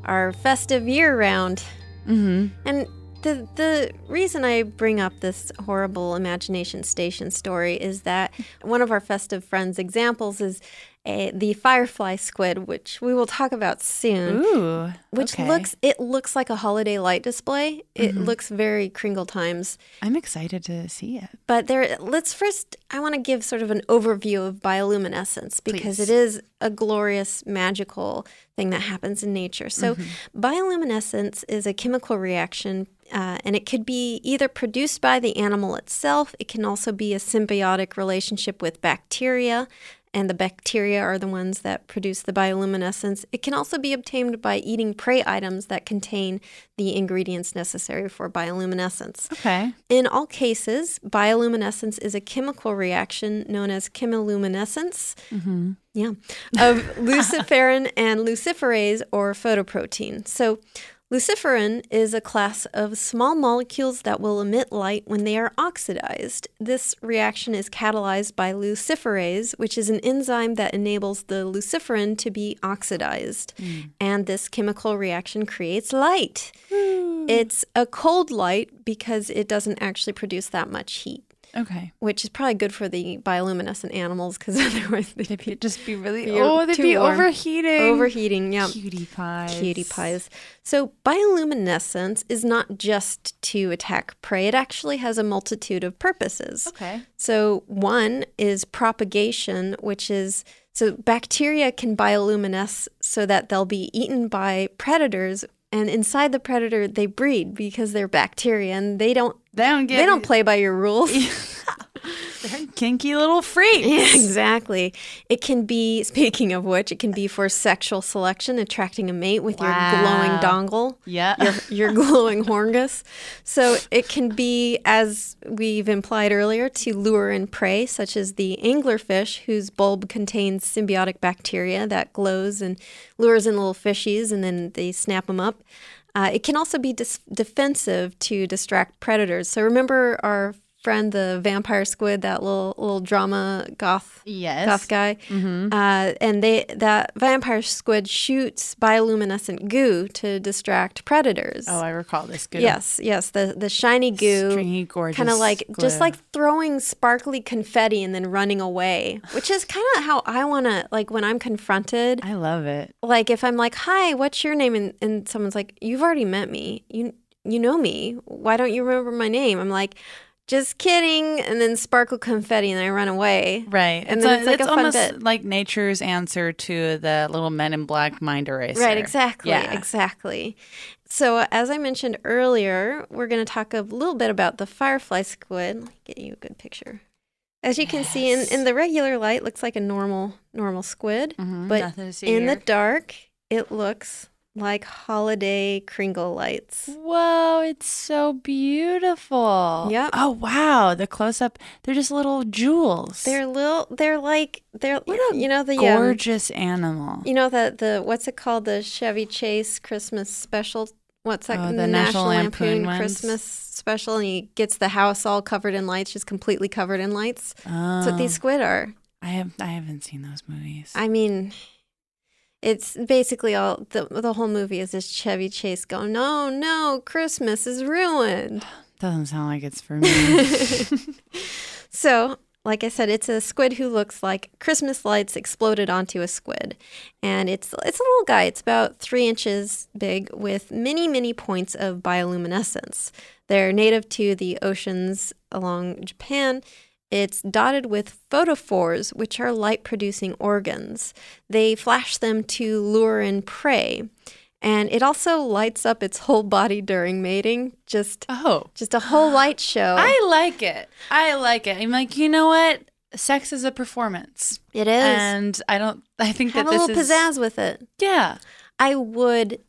S3: are festive year round.
S5: Mm-hmm.
S3: And the the reason I bring up this horrible imagination station story is that one of our festive friends examples is a, the firefly squid, which we will talk about soon.
S5: Ooh,
S3: Which
S5: okay.
S3: looks it looks like a holiday light display. It looks very Kringle times.
S5: I'm excited to see it.
S3: But there, let's first, I want to give sort of an overview of bioluminescence because
S5: Please.
S3: it is a glorious, magical thing that happens in nature. So,
S5: Mm-hmm.
S3: bioluminescence is a chemical reaction. Uh, and it could be either produced by the animal itself, it can also be a symbiotic relationship with bacteria, and the bacteria are the ones that produce the bioluminescence. It can also be obtained by eating prey items that contain the ingredients necessary for bioluminescence.
S5: Okay.
S3: In all cases, bioluminescence is a chemical reaction known as chemiluminescence. Yeah, of luciferin and luciferase or photoprotein. So, luciferin is a class of small molecules that will emit light when they are oxidized. This reaction is catalyzed by luciferase, which is an enzyme that enables the luciferin to be oxidized.
S5: Hmm.
S3: And this chemical reaction creates light. It's a cold light because it doesn't actually produce that much heat,
S5: Okay.
S3: which is probably good for the bioluminescent animals because otherwise they'd
S5: They'd
S3: be
S5: be, just be really.
S3: Be
S5: oh, they'd
S3: too
S5: be
S3: warm.
S5: overheating.
S3: overheating. Yeah.
S5: Cutie pies.
S3: Cutie pies. So, bioluminescence is not just to attack prey, it actually has a multitude of purposes.
S5: Okay.
S3: So, one is propagation, which is so bacteria can bioluminesce so that they'll be eaten by predators. And inside the predator, they breed because they're bacteria and they don't
S5: They don't get.
S3: they don't play by your rules.
S5: They're kinky little freaks.
S3: Yeah, exactly. It can be, speaking of which, it can be for sexual selection, attracting a mate with
S5: Wow.
S3: your glowing dongle.
S5: Yeah.
S3: Your, your glowing horngus. So it can be, as we've implied earlier, to lure in prey, such as the anglerfish, whose bulb contains symbiotic bacteria that glows and lures in little fishies, and then they snap them up. Uh, it can also be dis- defensive to distract predators. So remember our friend, the vampire squid, that little little drama goth
S5: Yes.
S3: goth guy,
S5: Mm-hmm.
S3: uh, and they that vampire squid shoots bioluminescent goo to distract predators.
S5: Oh, I recall this good.
S3: Yes, yes, the the shiny goo,
S5: Stringy, gorgeous
S3: kind of like just
S5: glue.
S3: like throwing sparkly confetti and then running away, which is kind of how I want to like when I'm confronted
S5: I love it.
S3: like if I'm like, "Hi, what's your name?" and, and someone's like, "You've already met me. You you know me. Why don't you remember my name?" I'm like, "Just kidding," and then sparkle confetti, and I run away.
S5: Right.
S3: and then it's like a fun
S5: almost
S3: bit.
S5: like nature's answer to the little men in black mind eraser.
S3: Right, exactly,
S5: Yeah.
S3: exactly. So as I mentioned earlier, we're going to talk a little bit about the firefly squid. Let me get you a good picture. As you can see in, in the regular light, looks like a normal normal squid,
S5: Mhm,
S3: but
S5: nothing to see
S3: in the
S5: here.
S3: dark, it looks like holiday Kringle lights.
S5: Whoa, it's so beautiful.
S3: Yep.
S5: Oh, wow. The close up, they're just little jewels.
S3: They're little. They're like they're you know the um,
S5: gorgeous animal.
S3: you know the the what's it called the Chevy Chase Christmas special. What's that?
S5: Oh, the National Lampoon ones?
S3: Christmas special, and he gets the house all covered in lights, just completely covered in lights. That's what these
S5: Oh.
S3: squid are.
S5: I have I haven't seen those movies.
S3: I mean, it's basically all the the whole movie is this Chevy Chase going, no, no, Christmas is ruined.
S5: Doesn't sound like it's for me.
S3: So, like I said, it's a squid who looks like Christmas lights exploded onto a squid, and it's it's a little guy. It's about three inches big, with many many points of bioluminescence. They're native to the oceans along Japan. It's dotted with photophores, which are light producing organs. They flash them to lure in prey. And it also lights up its whole body during mating. Just
S5: oh.
S3: just a whole light show.
S5: I like it. I like it. I'm like, you know what? Sex is a performance.
S3: it is.
S5: And I don't I think
S3: have a
S5: that this
S3: little
S5: is
S3: pizzazz with it.
S5: Yeah.
S3: I would.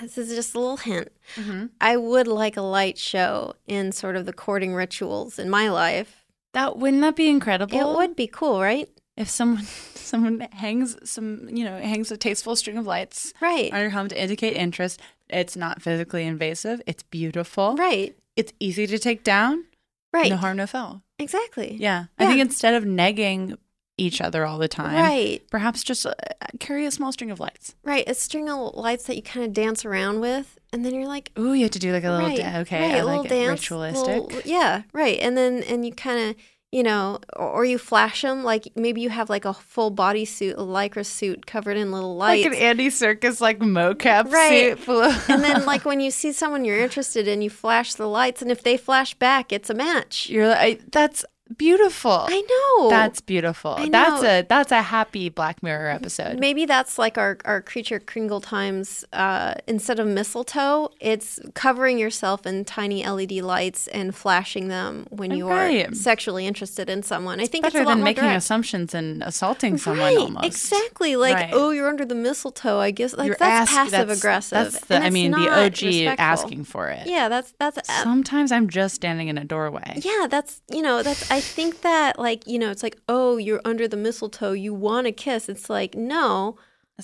S3: This is just a little hint.
S5: Mm-hmm.
S3: I would like a light show in sort of the courting rituals in my life.
S5: That wouldn't that be incredible?
S3: It would be cool, right?
S5: if someone someone hangs some you know, hangs a tasteful string of lights
S3: Right.
S5: on your home to indicate interest. It's not physically invasive. It's beautiful.
S3: Right.
S5: It's easy to take down.
S3: Right.
S5: No harm, no foul.
S3: Exactly.
S5: Yeah. I think instead of negging each other all the time,
S3: Right.
S5: perhaps just uh, carry a small string of lights.
S3: Right. A string of lights that you kind of dance around with, and then you're like,
S5: Ooh, you have to do like a little da- okay,
S3: right,
S5: I
S3: a
S5: like
S3: little
S5: it.
S3: dance,
S5: ritualistic.
S3: little- yeah, right. And then and you kind of you know, or, or you flash them like maybe you have like a full body suit, a lycra suit covered in little lights,
S5: Like an Andy Circus like mocap
S3: Right.
S5: suit full of
S3: and then like when you see someone you're interested in, you flash the lights, and if they flash back, it's a match.
S5: you're like I, that's beautiful.
S3: I know.
S5: That's beautiful.
S3: I
S5: That's
S3: know.
S5: a that's a happy Black Mirror episode.
S3: Maybe that's like our, our creature Kringle times. Uh, instead of mistletoe, it's covering yourself in tiny LED lights and flashing them when you are
S5: Right.
S3: sexually interested in someone. I think
S5: Oh, Better
S3: it's a lot
S5: than
S3: more
S5: making
S3: direct.
S5: assumptions and assaulting someone
S3: right,
S5: almost.
S3: Exactly. Like,
S5: Right.
S3: oh, you're under the mistletoe. I guess like
S5: You're
S3: that's
S5: ask-
S3: passive
S5: that's-
S3: aggressive.
S5: That's the,
S3: and
S5: I
S3: it's
S5: mean the
S3: not
S5: OG
S3: respectful.
S5: asking for it.
S3: Yeah, that's that's uh,
S5: Sometimes I'm just standing in a doorway.
S3: yeah, that's you know, that's I think that like, you know, it's like, oh, you're under the mistletoe, you want to kiss. It's like, no,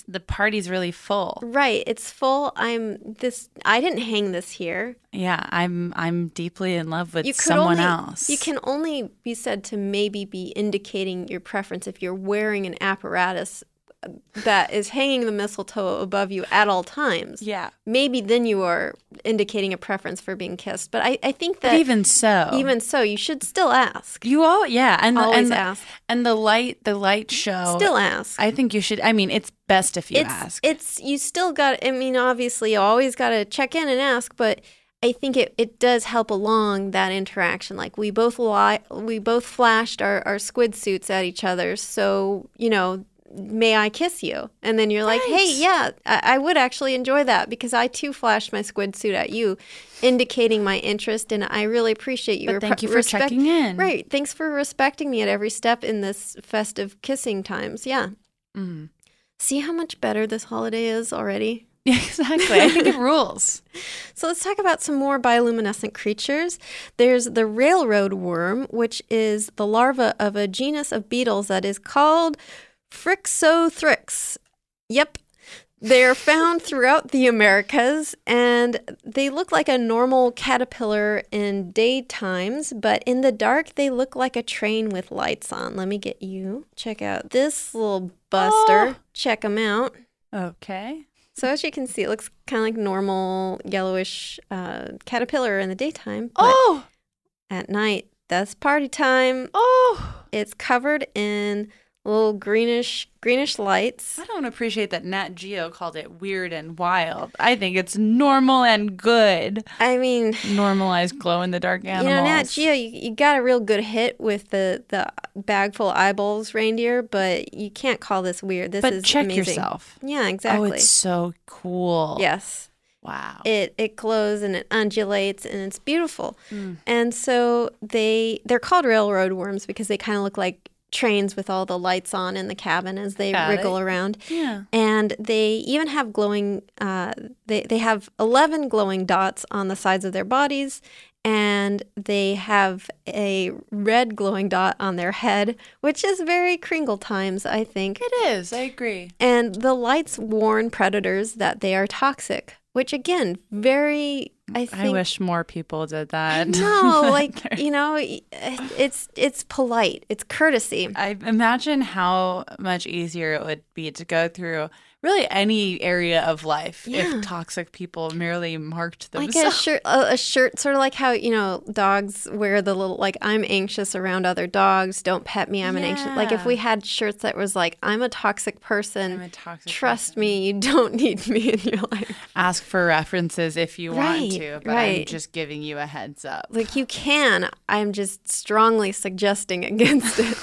S5: The party's really full.
S3: right, it's full. I'm this I didn't hang this here.
S5: Yeah, I'm I'm deeply in love with
S3: you could
S5: someone
S3: only,
S5: else.
S3: You can only be said to maybe be indicating your preference if you're wearing an apparatus uh, that is hanging the mistletoe above you at all times.
S5: Yeah.
S3: Maybe then you are indicating a preference for being kissed. But I, I think that
S5: But even so,
S3: even so, you should still ask.
S5: you all, yeah, and the,
S3: Always
S5: and the,
S3: ask.
S5: and the light, the light show.
S3: Still ask.
S5: I think you should. I mean, it's best if you
S3: it's,
S5: ask.
S3: It's you still got. I mean, obviously, you always got to check in and ask, but I think it, it does help along that interaction. Like we both li- we both flashed our, our squid suits at each other, so you know may I kiss you? And then you're like,
S5: Right.
S3: hey, yeah, I-, I would actually enjoy that because I too flashed my squid suit at you, indicating my interest. And I really appreciate you.
S5: But thank you for checking in.
S3: Right. Thanks for respecting me at every step in this festive kissing times. Yeah.
S5: Mm.
S3: See how much better this holiday is already?
S5: Yeah, exactly. I think it rules.
S3: So let's talk about some more bioluminescent creatures. There's the railroad worm, which is the larva of a genus of beetles that is called Phrixothrix. Yep. They are found throughout the Americas and they look like a normal caterpillar in daytimes, but in the dark they look like a train with lights on. Let me get you. Check out this little
S5: Oh.
S3: buster. Check him out.
S5: Okay.
S3: So as you can see, it looks kind of like normal yellowish uh, caterpillar in the daytime, but
S5: Oh,
S3: at night that's party time.
S5: oh.
S3: It's covered in little greenish greenish lights.
S5: I don't appreciate that Nat Geo called it weird and wild. I think it's normal and good.
S3: I mean,
S5: Normalized glow in the dark animals.
S3: you know, Nat Geo, you, you got a real good hit with the the bag full of eyeballs reindeer, but you can't call this weird. This
S5: but
S3: is
S5: check
S3: amazing.
S5: yourself.
S3: Yeah, exactly.
S5: Oh, it's so cool.
S3: yes.
S5: Wow.
S3: it it glows and it undulates and it's beautiful.
S5: Mm.
S3: And so they they're called railroad worms because they kind of look like trains with all the lights on in the cabin as they
S5: Got
S3: wriggle
S5: it.
S3: around.
S5: yeah.
S3: And they even have glowing. Uh, they they have eleven glowing dots on the sides of their bodies, and they have a red glowing dot on their head, which is very Kringle times, I think.
S5: It is. I agree.
S3: And the lights warn predators that they are toxic, which again, very I think
S5: I wish more people did that.
S3: no, like you know, it- it's it's polite, it's courtesy.
S5: I imagine how much easier it would be to go through really any area of life
S3: Yeah.
S5: if toxic people merely marked
S3: Like
S5: themselves.
S3: a shirt, a, a shirt, sort of like how you know dogs wear the little like I'm anxious around other dogs. Don't pet me. I'm an anxious. Like if
S5: Yeah.
S3: we had shirts that was like I'm a toxic person.
S5: I'm a toxic
S3: Trust
S5: person.
S3: me, you don't need me in your life.
S5: Ask for references if you
S3: Right,
S5: want to, but I'm
S3: right.
S5: just giving you a heads up.
S3: Like you can. I'm just strongly suggesting against it.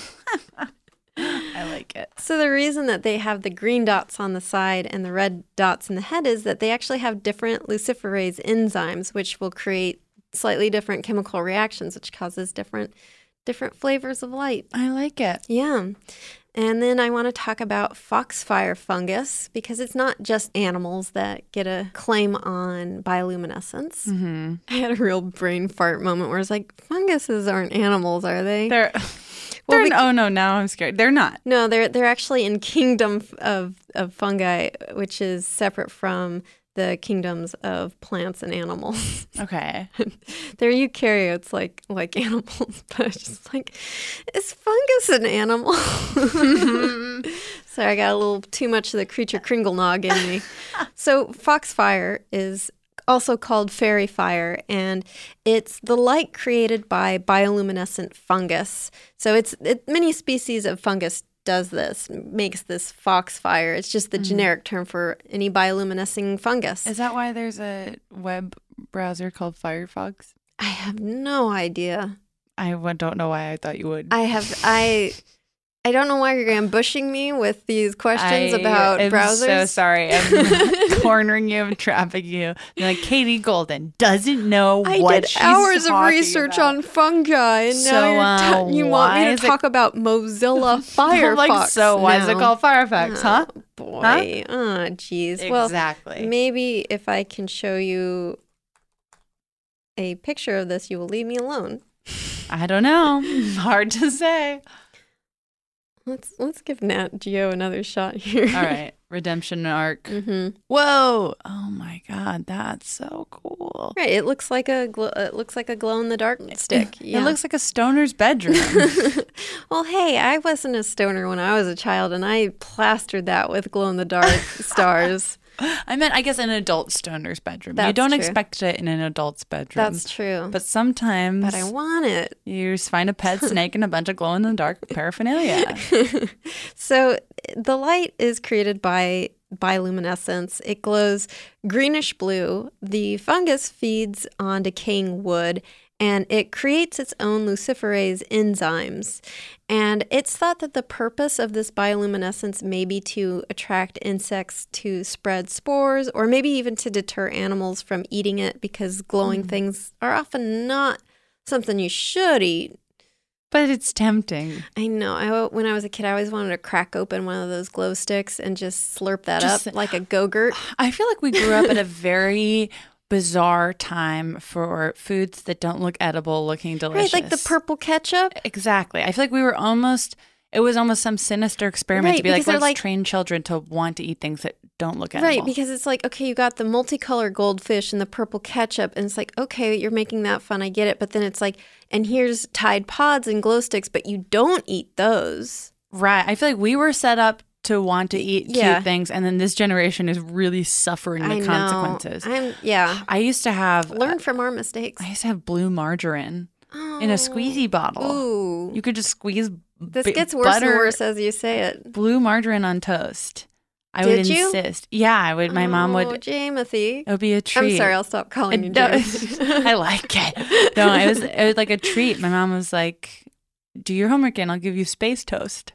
S5: I like it.
S3: So the reason that they have the green dots on the side and the red dots in the head is that they actually have different luciferase enzymes, which will create slightly different chemical reactions, which causes different different flavors of light.
S5: I like it.
S3: Yeah. And then I want to talk about foxfire fungus because it's not just animals that get a claim on bioluminescence.
S5: Mm-hmm.
S3: I had a real brain fart moment where it's like, funguses aren't animals, are they?
S5: They're,
S3: Well,
S5: they're
S3: we-
S5: an- oh no, now I'm scared. They're not.
S3: No, they're they're actually in kingdom f- of of fungi, which is separate from the kingdoms of plants and animals.
S5: Okay.
S3: they're eukaryotes, like like animals. But I was just like, is fungus an animal? Sorry, I got a little too much of the creature Kringle nog in me. so foxfire is also called fairy fire, and it's the light created by bioluminescent fungus. So it's it, many species of fungus does this, makes this foxfire. It's just the generic term for any bioluminescing fungus.
S5: Mm-hmm. Is that why there's a web browser called Firefox?
S3: I have no idea.
S5: I wa- don't know why I thought you would.
S3: I have I. I don't know why you're ambushing me with these questions
S5: I
S3: about
S5: am
S3: browsers.
S5: so sorry. I'm cornering you, I'm trapping you. You're like Katie Golden doesn't know
S3: I
S5: what
S3: did
S5: she's
S3: hours of
S5: talking
S3: research
S5: about.
S3: on fungi, and
S5: So,
S3: now you're
S5: uh,
S3: t- you want me
S5: why
S3: to
S5: is it-
S3: talk about Mozilla
S5: I'm
S3: Firefox.
S5: like, so why is it
S3: now.
S5: called Firefox, huh?
S3: Oh, boy. Oh, jeez.
S5: Exactly.
S3: Well, maybe if I can show you a picture of this, you will leave me alone.
S5: I don't know. Hard to say.
S3: Let's let's give Nat Geo another shot here.
S5: All right. Redemption arc.
S3: Mm-hmm.
S5: Whoa. Oh my god, that's so cool.
S3: Right. It looks like a glo- it looks like a glow in the dark stick.
S5: It looks like a stoner's bedroom.
S3: well, hey, I wasn't a stoner when I was a child, and I plastered that with glow in the dark stars.
S5: I meant, I guess, an adult stoner's bedroom. you
S3: That's
S5: don't
S3: true.
S5: expect it in an adult's bedroom.
S3: That's true. But,
S5: But sometimes
S3: I want it.
S5: you just find a pet snake and a bunch of glow in the dark paraphernalia.
S3: So the light is created by bioluminescence. It glows greenish blue. The fungus feeds on decaying wood and it creates its own luciferase enzymes. And it's thought that the purpose of this bioluminescence may be to attract insects to spread spores or maybe even to deter animals from eating it because glowing things are often not something you should eat.
S5: But it's tempting.
S3: I know. I, al- when I was a kid, I always wanted to crack open one of those glow sticks and just slurp that
S5: Just-
S3: up like a go-gurt.
S5: I feel like we grew up at a very bizarre time for foods that don't look edible looking delicious.
S3: Right, like the purple ketchup.
S5: Exactly. I feel like we were almost. It was almost some sinister experiment
S3: Right,
S5: to be like,
S3: because they're
S5: let's
S3: like-
S5: train children to want to eat things that don't look edible.
S3: Right, because it's like, okay, you got the multicolored goldfish and the purple ketchup, and it's like, okay, you're making that fun, I get it. But then it's like, and here's Tide Pods and glow sticks, but you don't eat those.
S5: right. I feel like we were set up to want to eat
S3: Yeah.
S5: cute things, and then this generation is really suffering the
S3: I know.
S5: consequences.
S3: I'm yeah.
S5: I used to have
S3: Learn from our mistakes. Oh,
S5: I used to have blue margarine in a squeezy bottle.
S3: Ooh.
S5: You could just squeeze.
S3: this
S5: b-
S3: gets worse
S5: butter-
S3: and worse as you say it.
S5: Blue margarine on toast. I would
S3: Did you?
S5: insist. Yeah, I would. My mom
S3: Oh,
S5: would.
S3: Jamothy.
S5: It would be a treat.
S3: I'm sorry, I'll stop calling you
S5: And no,
S3: Jamothy.
S5: I like it. No, it was it was like a treat. My mom was like, "Do your homework and I'll give you space toast."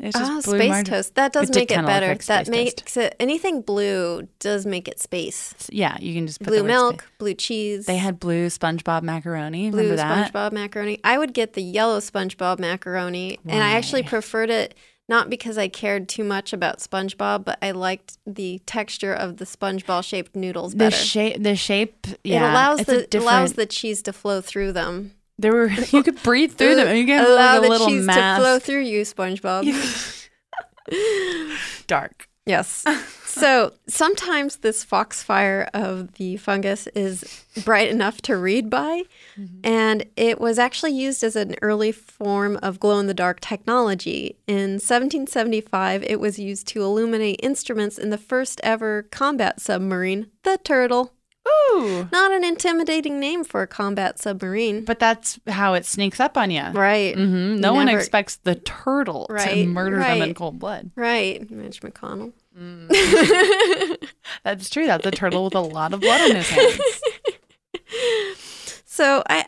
S5: It's
S3: Oh,
S5: blue
S3: space
S5: margar-
S3: toast. That does
S5: It did
S3: make it
S5: kinda look
S3: better.
S5: like
S3: that
S5: space toast.
S3: makes it anything blue does make it space.
S5: Yeah, you can just put the
S3: blue
S5: word
S3: milk,
S5: space.
S3: blue cheese.
S5: They had blue SpongeBob macaroni.
S3: blue
S5: Remember that?
S3: SpongeBob macaroni. I would get the yellow SpongeBob macaroni, and I actually
S5: Why?
S3: preferred it not because I cared too much about SpongeBob, but I liked the texture of the SpongeBob shaped noodles
S5: The
S3: better.
S5: shape. The shape. Yeah,
S3: it allows
S5: it's
S3: the
S5: a different,
S3: allows the cheese to flow through them.
S5: There were you could breathe through them. and You could have
S3: allow
S5: like a
S3: the
S5: little
S3: cheese
S5: mask.
S3: to flow through you, SpongeBob.
S5: Dark.
S3: Yes. so sometimes this foxfire of the fungus is bright enough to read by,
S5: Mm-hmm.
S3: and it was actually used as an early form of glow in the dark technology. In 1775, it was used to illuminate instruments in the first ever combat submarine, the Turtle.
S5: Ooh.
S3: Not an intimidating name for a combat submarine.
S5: But that's how it sneaks up on you.
S3: right.
S5: hmm No one
S3: Never-
S5: expects the turtle to
S3: Right,
S5: murder them in
S3: right.
S5: cold blood.
S3: Right. Mitch McConnell.
S5: That's true. That's a turtle with a lot of blood on his hands.
S3: So I,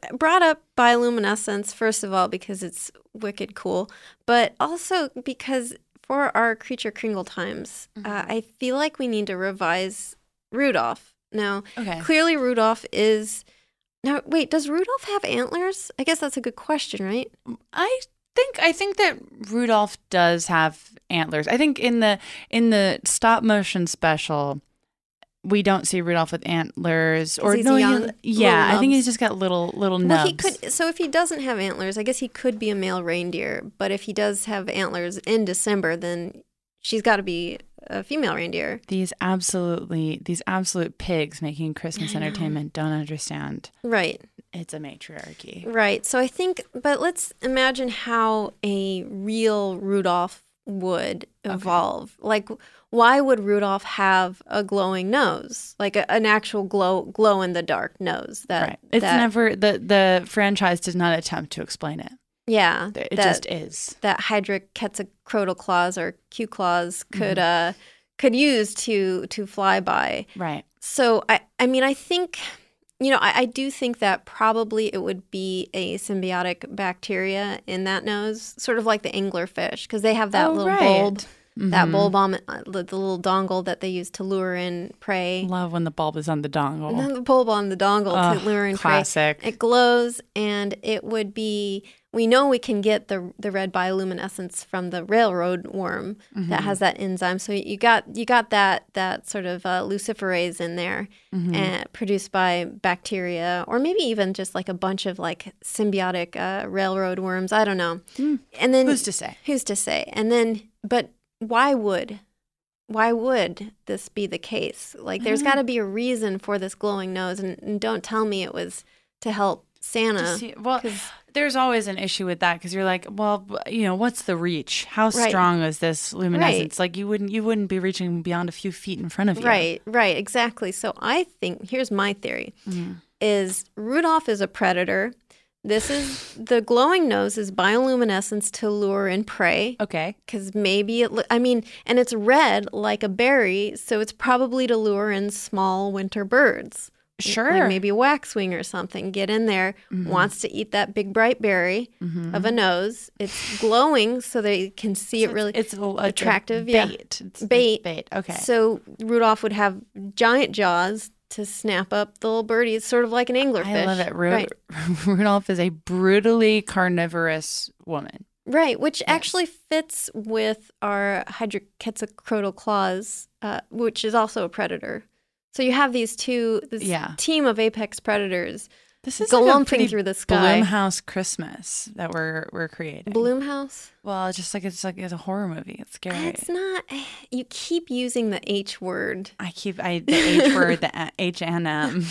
S3: I brought up bioluminescence first of all because it's wicked cool, but also because for our creature Kringle times,
S5: Mm-hmm.
S3: uh, I feel like we need to revise Rudolph. Now,
S5: Okay.
S3: clearly Rudolph is. Now, wait, does Rudolph have antlers? I guess that's a good question, right?
S5: I think I think that Rudolph does have antlers. I think in the in the stop motion special, we don't see Rudolph with antlers. Or
S3: he's
S5: no, he-
S3: young,
S5: yeah,
S3: little
S5: I think
S3: nubs.
S5: he's just got little little nubs.
S3: Well, he could. So if he doesn't have antlers, I guess he could be a male reindeer. But if he does have antlers in December, then she's got to be a female reindeer.
S5: These absolutely these absolute pigs making Christmas entertainment don't understand.
S3: Right.
S5: It's a matriarchy.
S3: Right. So I think, but let's imagine how a real Rudolph would evolve. Like, why would Rudolph have a glowing nose, like a, an actual glow, glow in the dark nose? That
S5: right. It's
S3: that-
S5: never the the franchise does not attempt to explain it.
S3: yeah.
S5: It
S3: that,
S5: just is.
S3: that hydrocatzacrotal claws or Q claws could
S5: Mm-hmm.
S3: uh could use to to fly by.
S5: Right.
S3: So I, I mean, I think, you know, I, I do think that probably it would be a symbiotic bacteria in that nose, sort of like the anglerfish, because they have that
S5: Oh,
S3: little
S5: right.
S3: bulb, that
S5: Mhm.
S3: bulb on uh, the, the little dongle that they use to lure in prey.
S5: Love when the bulb is on the dongle.
S3: And then the bulb on the dongle
S5: Oh. Ugh,
S3: to lure in
S5: classic.
S3: prey. It glows, and it would be. We know we can get the the red bioluminescence from the railroad worm that has
S5: Mm-hmm.
S3: that enzyme. So you got you got that that sort of uh, luciferase in there,
S5: Mm-hmm.
S3: uh, produced by bacteria, or maybe even just like a bunch of like symbiotic uh, railroad worms. I don't know.
S5: Hmm.
S3: And then
S5: Who's to say?
S3: Who's to say? And then, but why would why would this be the case? Like, there's
S5: Mm-hmm.
S3: got to be a reason for this glowing nose, and, and don't tell me it was to help Santa.
S5: To see- well, there's always an issue with that because you're like, well, b- you know, what's the reach? How
S3: Right.
S5: strong is this luminescence? Like you wouldn't you wouldn't be reaching beyond a few feet in front of you,
S3: Right, right, exactly. So I think here's my theory:
S5: Mm.
S3: is Rudolph is a predator. This is the glowing nose is bioluminescence to lure in prey.
S5: Okay.
S3: Because maybe it, lo- I mean, and it's red like a berry, so it's probably to lure in small winter birds
S5: Sure. Mm-hmm.
S3: Like maybe waxwing or something. Get in there, wants to eat that big bright berry of a nose. It's glowing so they can see it really.
S5: it's a- a- a
S3: attractive. yeah.
S5: bait. It's- it's
S3: bait.
S5: bait. Okay.
S3: So Rudolph would have giant jaws to snap up the little birdie. It's sort of like an anglerfish.
S5: I love it. Ru-
S3: Right.
S5: Rudolph is a brutally carnivorous woman.
S3: Right, which actually fits with our hydroquetzalcoatl claws, uh, which is also a predator. So you have these two, this
S5: Yeah.
S3: team of apex predators.
S5: This is like a
S3: Galumping
S5: pretty
S3: through the sky.
S5: Bloomhouse Christmas that we're we're creating.
S3: Bloomhouse?
S5: well, it's just like it's like it's a horror movie. It's scary.
S3: It's not. eh, You keep using the H word.
S5: I keep I the H word, the a- H and M.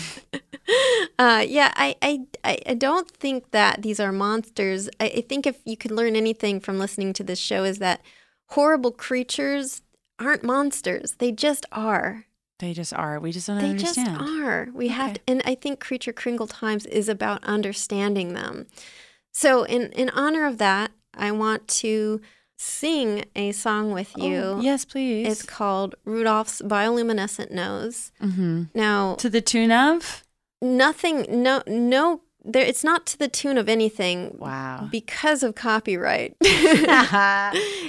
S3: Uh, yeah, I, I, I I don't think that these are monsters. I, I think if you could learn anything from listening to this show is that horrible creatures aren't monsters. They just are.
S5: They just are. We just don't
S3: They
S5: understand.
S3: just are. We have,
S5: Okay.
S3: to, and I think Creature Kringle Times is about understanding them. So, in in honor of that, I want to sing a song with you.
S5: Oh, yes, please.
S3: It's called Rudolph's Bioluminescent Nose.
S5: Mhm.
S3: Now,
S5: to the tune of.
S3: nothing, no, no, there. It's not to the tune of anything
S5: Wow.
S3: because of copyright issues.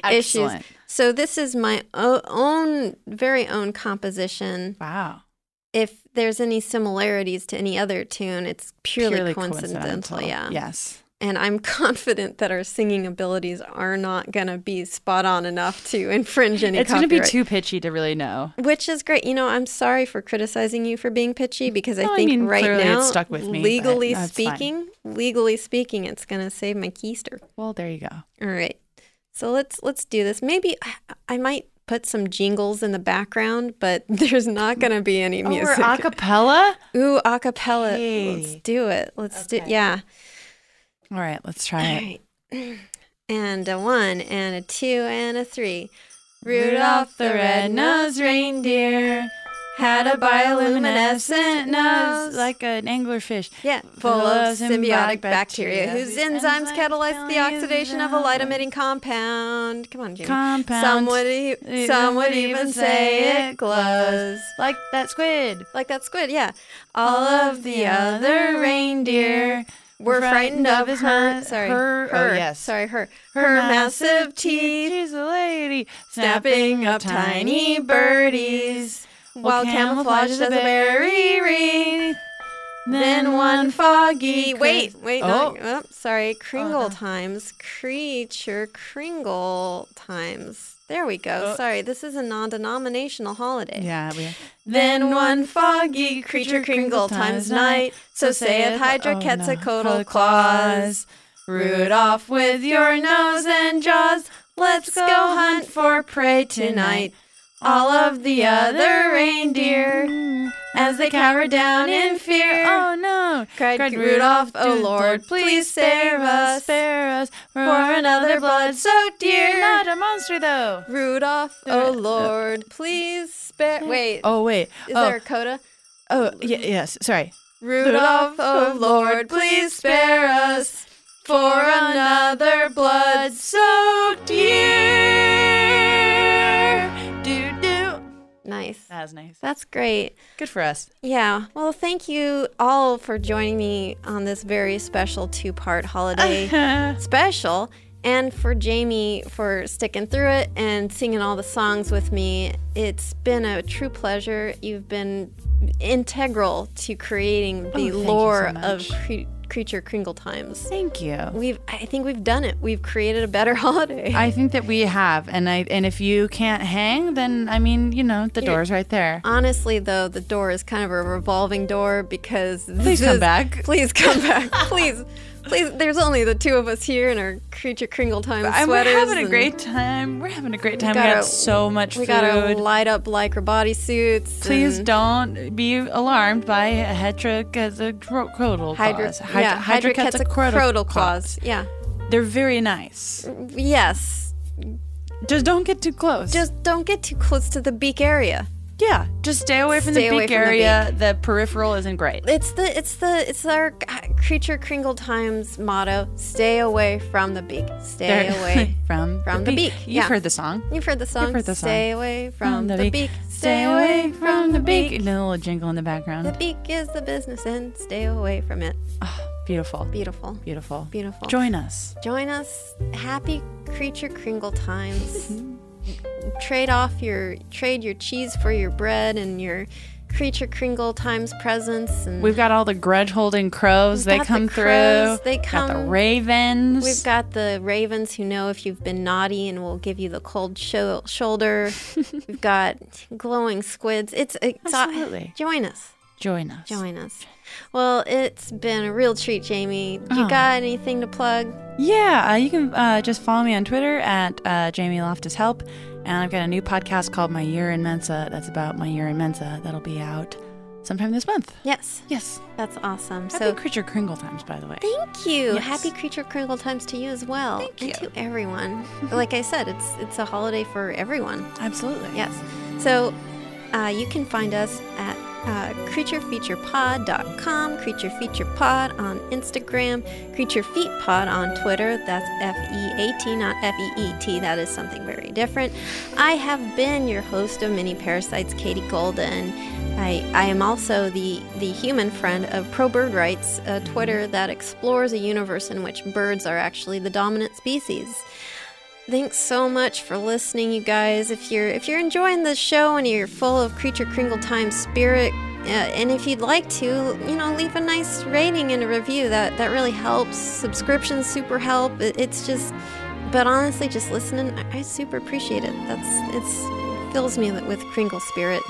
S5: Excellent.
S3: So this is my o- own, very own composition.
S5: Wow.
S3: if there's any similarities to any other tune, it's purely, coincidental, Yeah.
S5: Yes.
S3: And I'm confident that our singing abilities are not going to be spot on enough to infringe any
S5: it's going to be
S3: copyright.
S5: too pitchy to really know.
S3: Which is great. You know, I'm sorry for criticizing you for being pitchy because I
S5: No, I
S3: think
S5: mean,
S3: right
S5: clearly it
S3: now,
S5: stuck with me, but
S3: legally
S5: that's fine.
S3: speaking, legally speaking, it's going to save my keister.
S5: Well, there you go.
S3: All right. So let's let's do this. Maybe I might put some jingles in the background, but there's not going to be any
S5: Oh,
S3: music.
S5: we're a cappella?
S3: Ooh, acapella. Let's
S5: Hey.
S3: do it. Let's do yeah.
S5: All right, let's
S3: All
S5: try it.
S3: right. And a one and a two and a three. Rudolph the red-nosed
S5: reindeer
S3: had a bioluminescent nose.
S5: like an anglerfish.
S3: Yeah, full of symbiotic bacteria whose enzymes catalyze the oxidation of a light emitting compound. Come on, Jamie.
S5: Compound.
S3: Some would, e- some would even say it glows.
S5: like that squid.
S3: Like that squid, yeah. All of the other reindeer were frightened of his her, sorry,
S5: her, oh, yes.
S3: sorry, her, her massive teeth.
S5: She's a lady
S3: snapping up tiny birdies while camouflaged as a berry wreath. Then one foggy wait, wait, no, oh, sorry, Kringle times, creature Kringle times. There we go. Sorry, this is a non-denominational holiday.
S5: Yeah, we
S3: Then one foggy creature Kringle times night, so saith Hydroquetzalcoatl claws. Rudolph with your nose and jaws, let's go hunt for prey tonight. All of the other reindeer, as they cower down in fear.
S5: Oh no!
S3: Cried Rudolph, "Oh, Lord, please spare us,
S5: spare us for
S3: another blood so dear."
S5: Not a monster though.
S3: Rudolph, oh Lord, please spare. Wait,
S5: Oh wait.
S3: is
S5: oh,
S3: there a coda?
S5: oh y- yes. Sorry.
S3: Rudolph, oh Lord, please spare us for another blood so dear.
S5: Do do.
S3: Nice.
S5: That was nice.
S3: That's great.
S5: Good for us.
S3: Yeah. Well, thank you all for joining me on this very special two part holiday special and for Jamie for sticking through it and singing all the songs with me. It's been a true pleasure. You've been integral to creating
S5: Oh, thank
S3: the
S5: you so
S3: lore of
S5: much.
S3: cre- Creature Kringle Times.
S5: Thank you.
S3: We've, I think we've done it. We've created a better holiday.
S5: I think that we have, and I and if you can't hang, then I mean, you know, the door's right there.
S3: Honestly, though, the door is kind of a revolving door because
S5: Please come back.
S3: Please come back. please, please. There's only the two of us here in our creature kringle time
S5: I'm we're
S3: Um, sweaters.
S5: having a
S3: and
S5: great time. We're having a great time. We
S3: got
S5: got,
S3: our-
S5: so much
S3: We
S5: food.
S3: got our light up lycra bodysuits.
S5: Please
S3: and
S5: don't be alarmed by hydroquetzalcoatl
S3: Hydro,
S5: claws.
S3: yeah,
S5: Hydro-
S3: hydroquetzalcoatl claws. Yeah. Mm,
S5: They're very nice.
S3: Yes.
S5: Just don't get too close.
S3: Just don't get too close to the beak area. Yeah.
S5: Just stay away from
S3: Stay
S5: the
S3: away
S5: beak
S3: from the
S5: area. The, peripheral isn't great.
S3: It's the it's the it's our creature Kringle times motto: stay away from the beak. Stay
S5: They're-
S3: away
S5: from
S3: from the beak.
S5: You've
S3: Yeah.
S5: heard the song.
S3: You've heard the song.
S5: You've heard the song.
S3: Stay away from, the, beak.
S5: Stay away from the beak. And then a little jingle in the background.
S3: The beak is the business, and stay away from it.
S5: Beautiful.
S3: Beautiful.
S5: Beautiful.
S3: Beautiful.
S5: Join us.
S3: Join us. Happy creature Kringle times. trade off your trade your cheese for your bread and your creature Kringle times presents. And
S5: We've got all the grudge holding crows.
S3: We've
S5: They
S3: got the
S5: come
S3: crows,
S5: through.
S3: they
S5: Got the
S3: come.
S5: ravens.
S3: We've got the ravens who know if you've been naughty and will give you the cold sho- shoulder. We've got glowing squids. It's, it's uh,
S5: Absolutely.
S3: join us.
S5: Join us.
S3: Join us. Well, it's been a real treat, Jamie. You
S5: Aw.
S3: got anything to plug?
S5: Yeah, uh, you can uh, just follow me on Twitter at uh, Jamie Loftus Help, and I've got a new podcast called My Year in Mensa. That's about my year in Mensa. That'll be out sometime this month.
S3: Yes,
S5: Yes.
S3: that's awesome.
S5: So
S3: So
S5: Creature Kringle times, by the way.
S3: thank you.
S5: Yes.
S3: Happy Creature Kringle times to you as well,
S5: Thank
S3: and
S5: you. Mm-hmm.
S3: to everyone. like I said, it's it's a holiday for everyone.
S5: Absolutely.
S3: Yes. So uh, you can find us at uh, creaturefeaturepod.com, creaturefeaturepod on Instagram, creaturefeetpod on Twitter. That's F E A T, not F E E T. That is something very different. I have been your host of Mini Parasites, Katie Golden. I, I am also the, the human friend of Pro Bird Rights, a Twitter that explores a universe in which birds are actually the dominant species. Thanks so much for listening, you guys. If you're if you're enjoying the show and you're full of Creature Kringle time spirit, uh, and if you'd like to, you know, leave a nice rating and a review. That that really helps. Subscriptions super help. It, it's just, but honestly, just listening, I, I super appreciate it. That's it's fills me with Kringle spirit.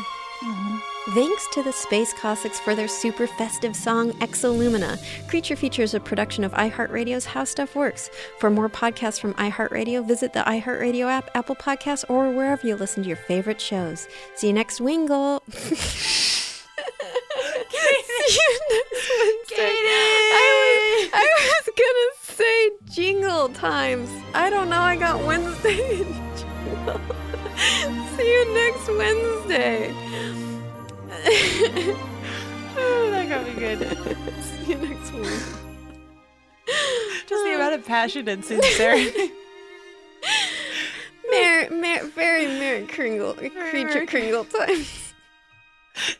S3: Thanks to the Space Cossacks for their super festive song Exolumina. Creature Features a production of iHeartRadio's How Stuff Works. For more podcasts from iHeartRadio, visit the iHeartRadio app, Apple Podcasts, or wherever you listen to your favorite shows. See you next Wingle. See you next Wednesday. I was, I was gonna say jingle times. I don't know. I got Wednesday. in jingle. See you next Wednesday. oh, that got me good. See you next week.
S5: Just the amount of passion and sincerity.
S3: Merry, mer- very merry Kringle, creature Kringle times.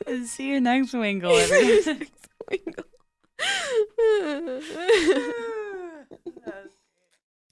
S5: and see you next wingle, everyone.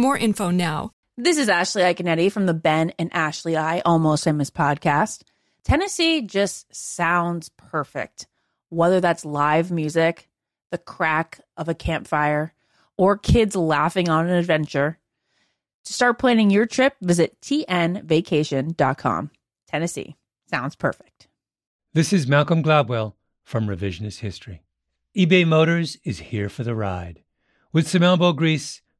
S6: more info now.
S7: This is Ashley Iconetti from the Ben and Ashley I Almost Famous podcast. Tennessee just sounds perfect, whether that's live music, the crack of a campfire, or kids laughing on an adventure. To start planning your trip, visit tnvacation.com. Tennessee sounds perfect.
S8: This is Malcolm Gladwell from Revisionist History. eBay Motors is here for the ride. With some elbow grease,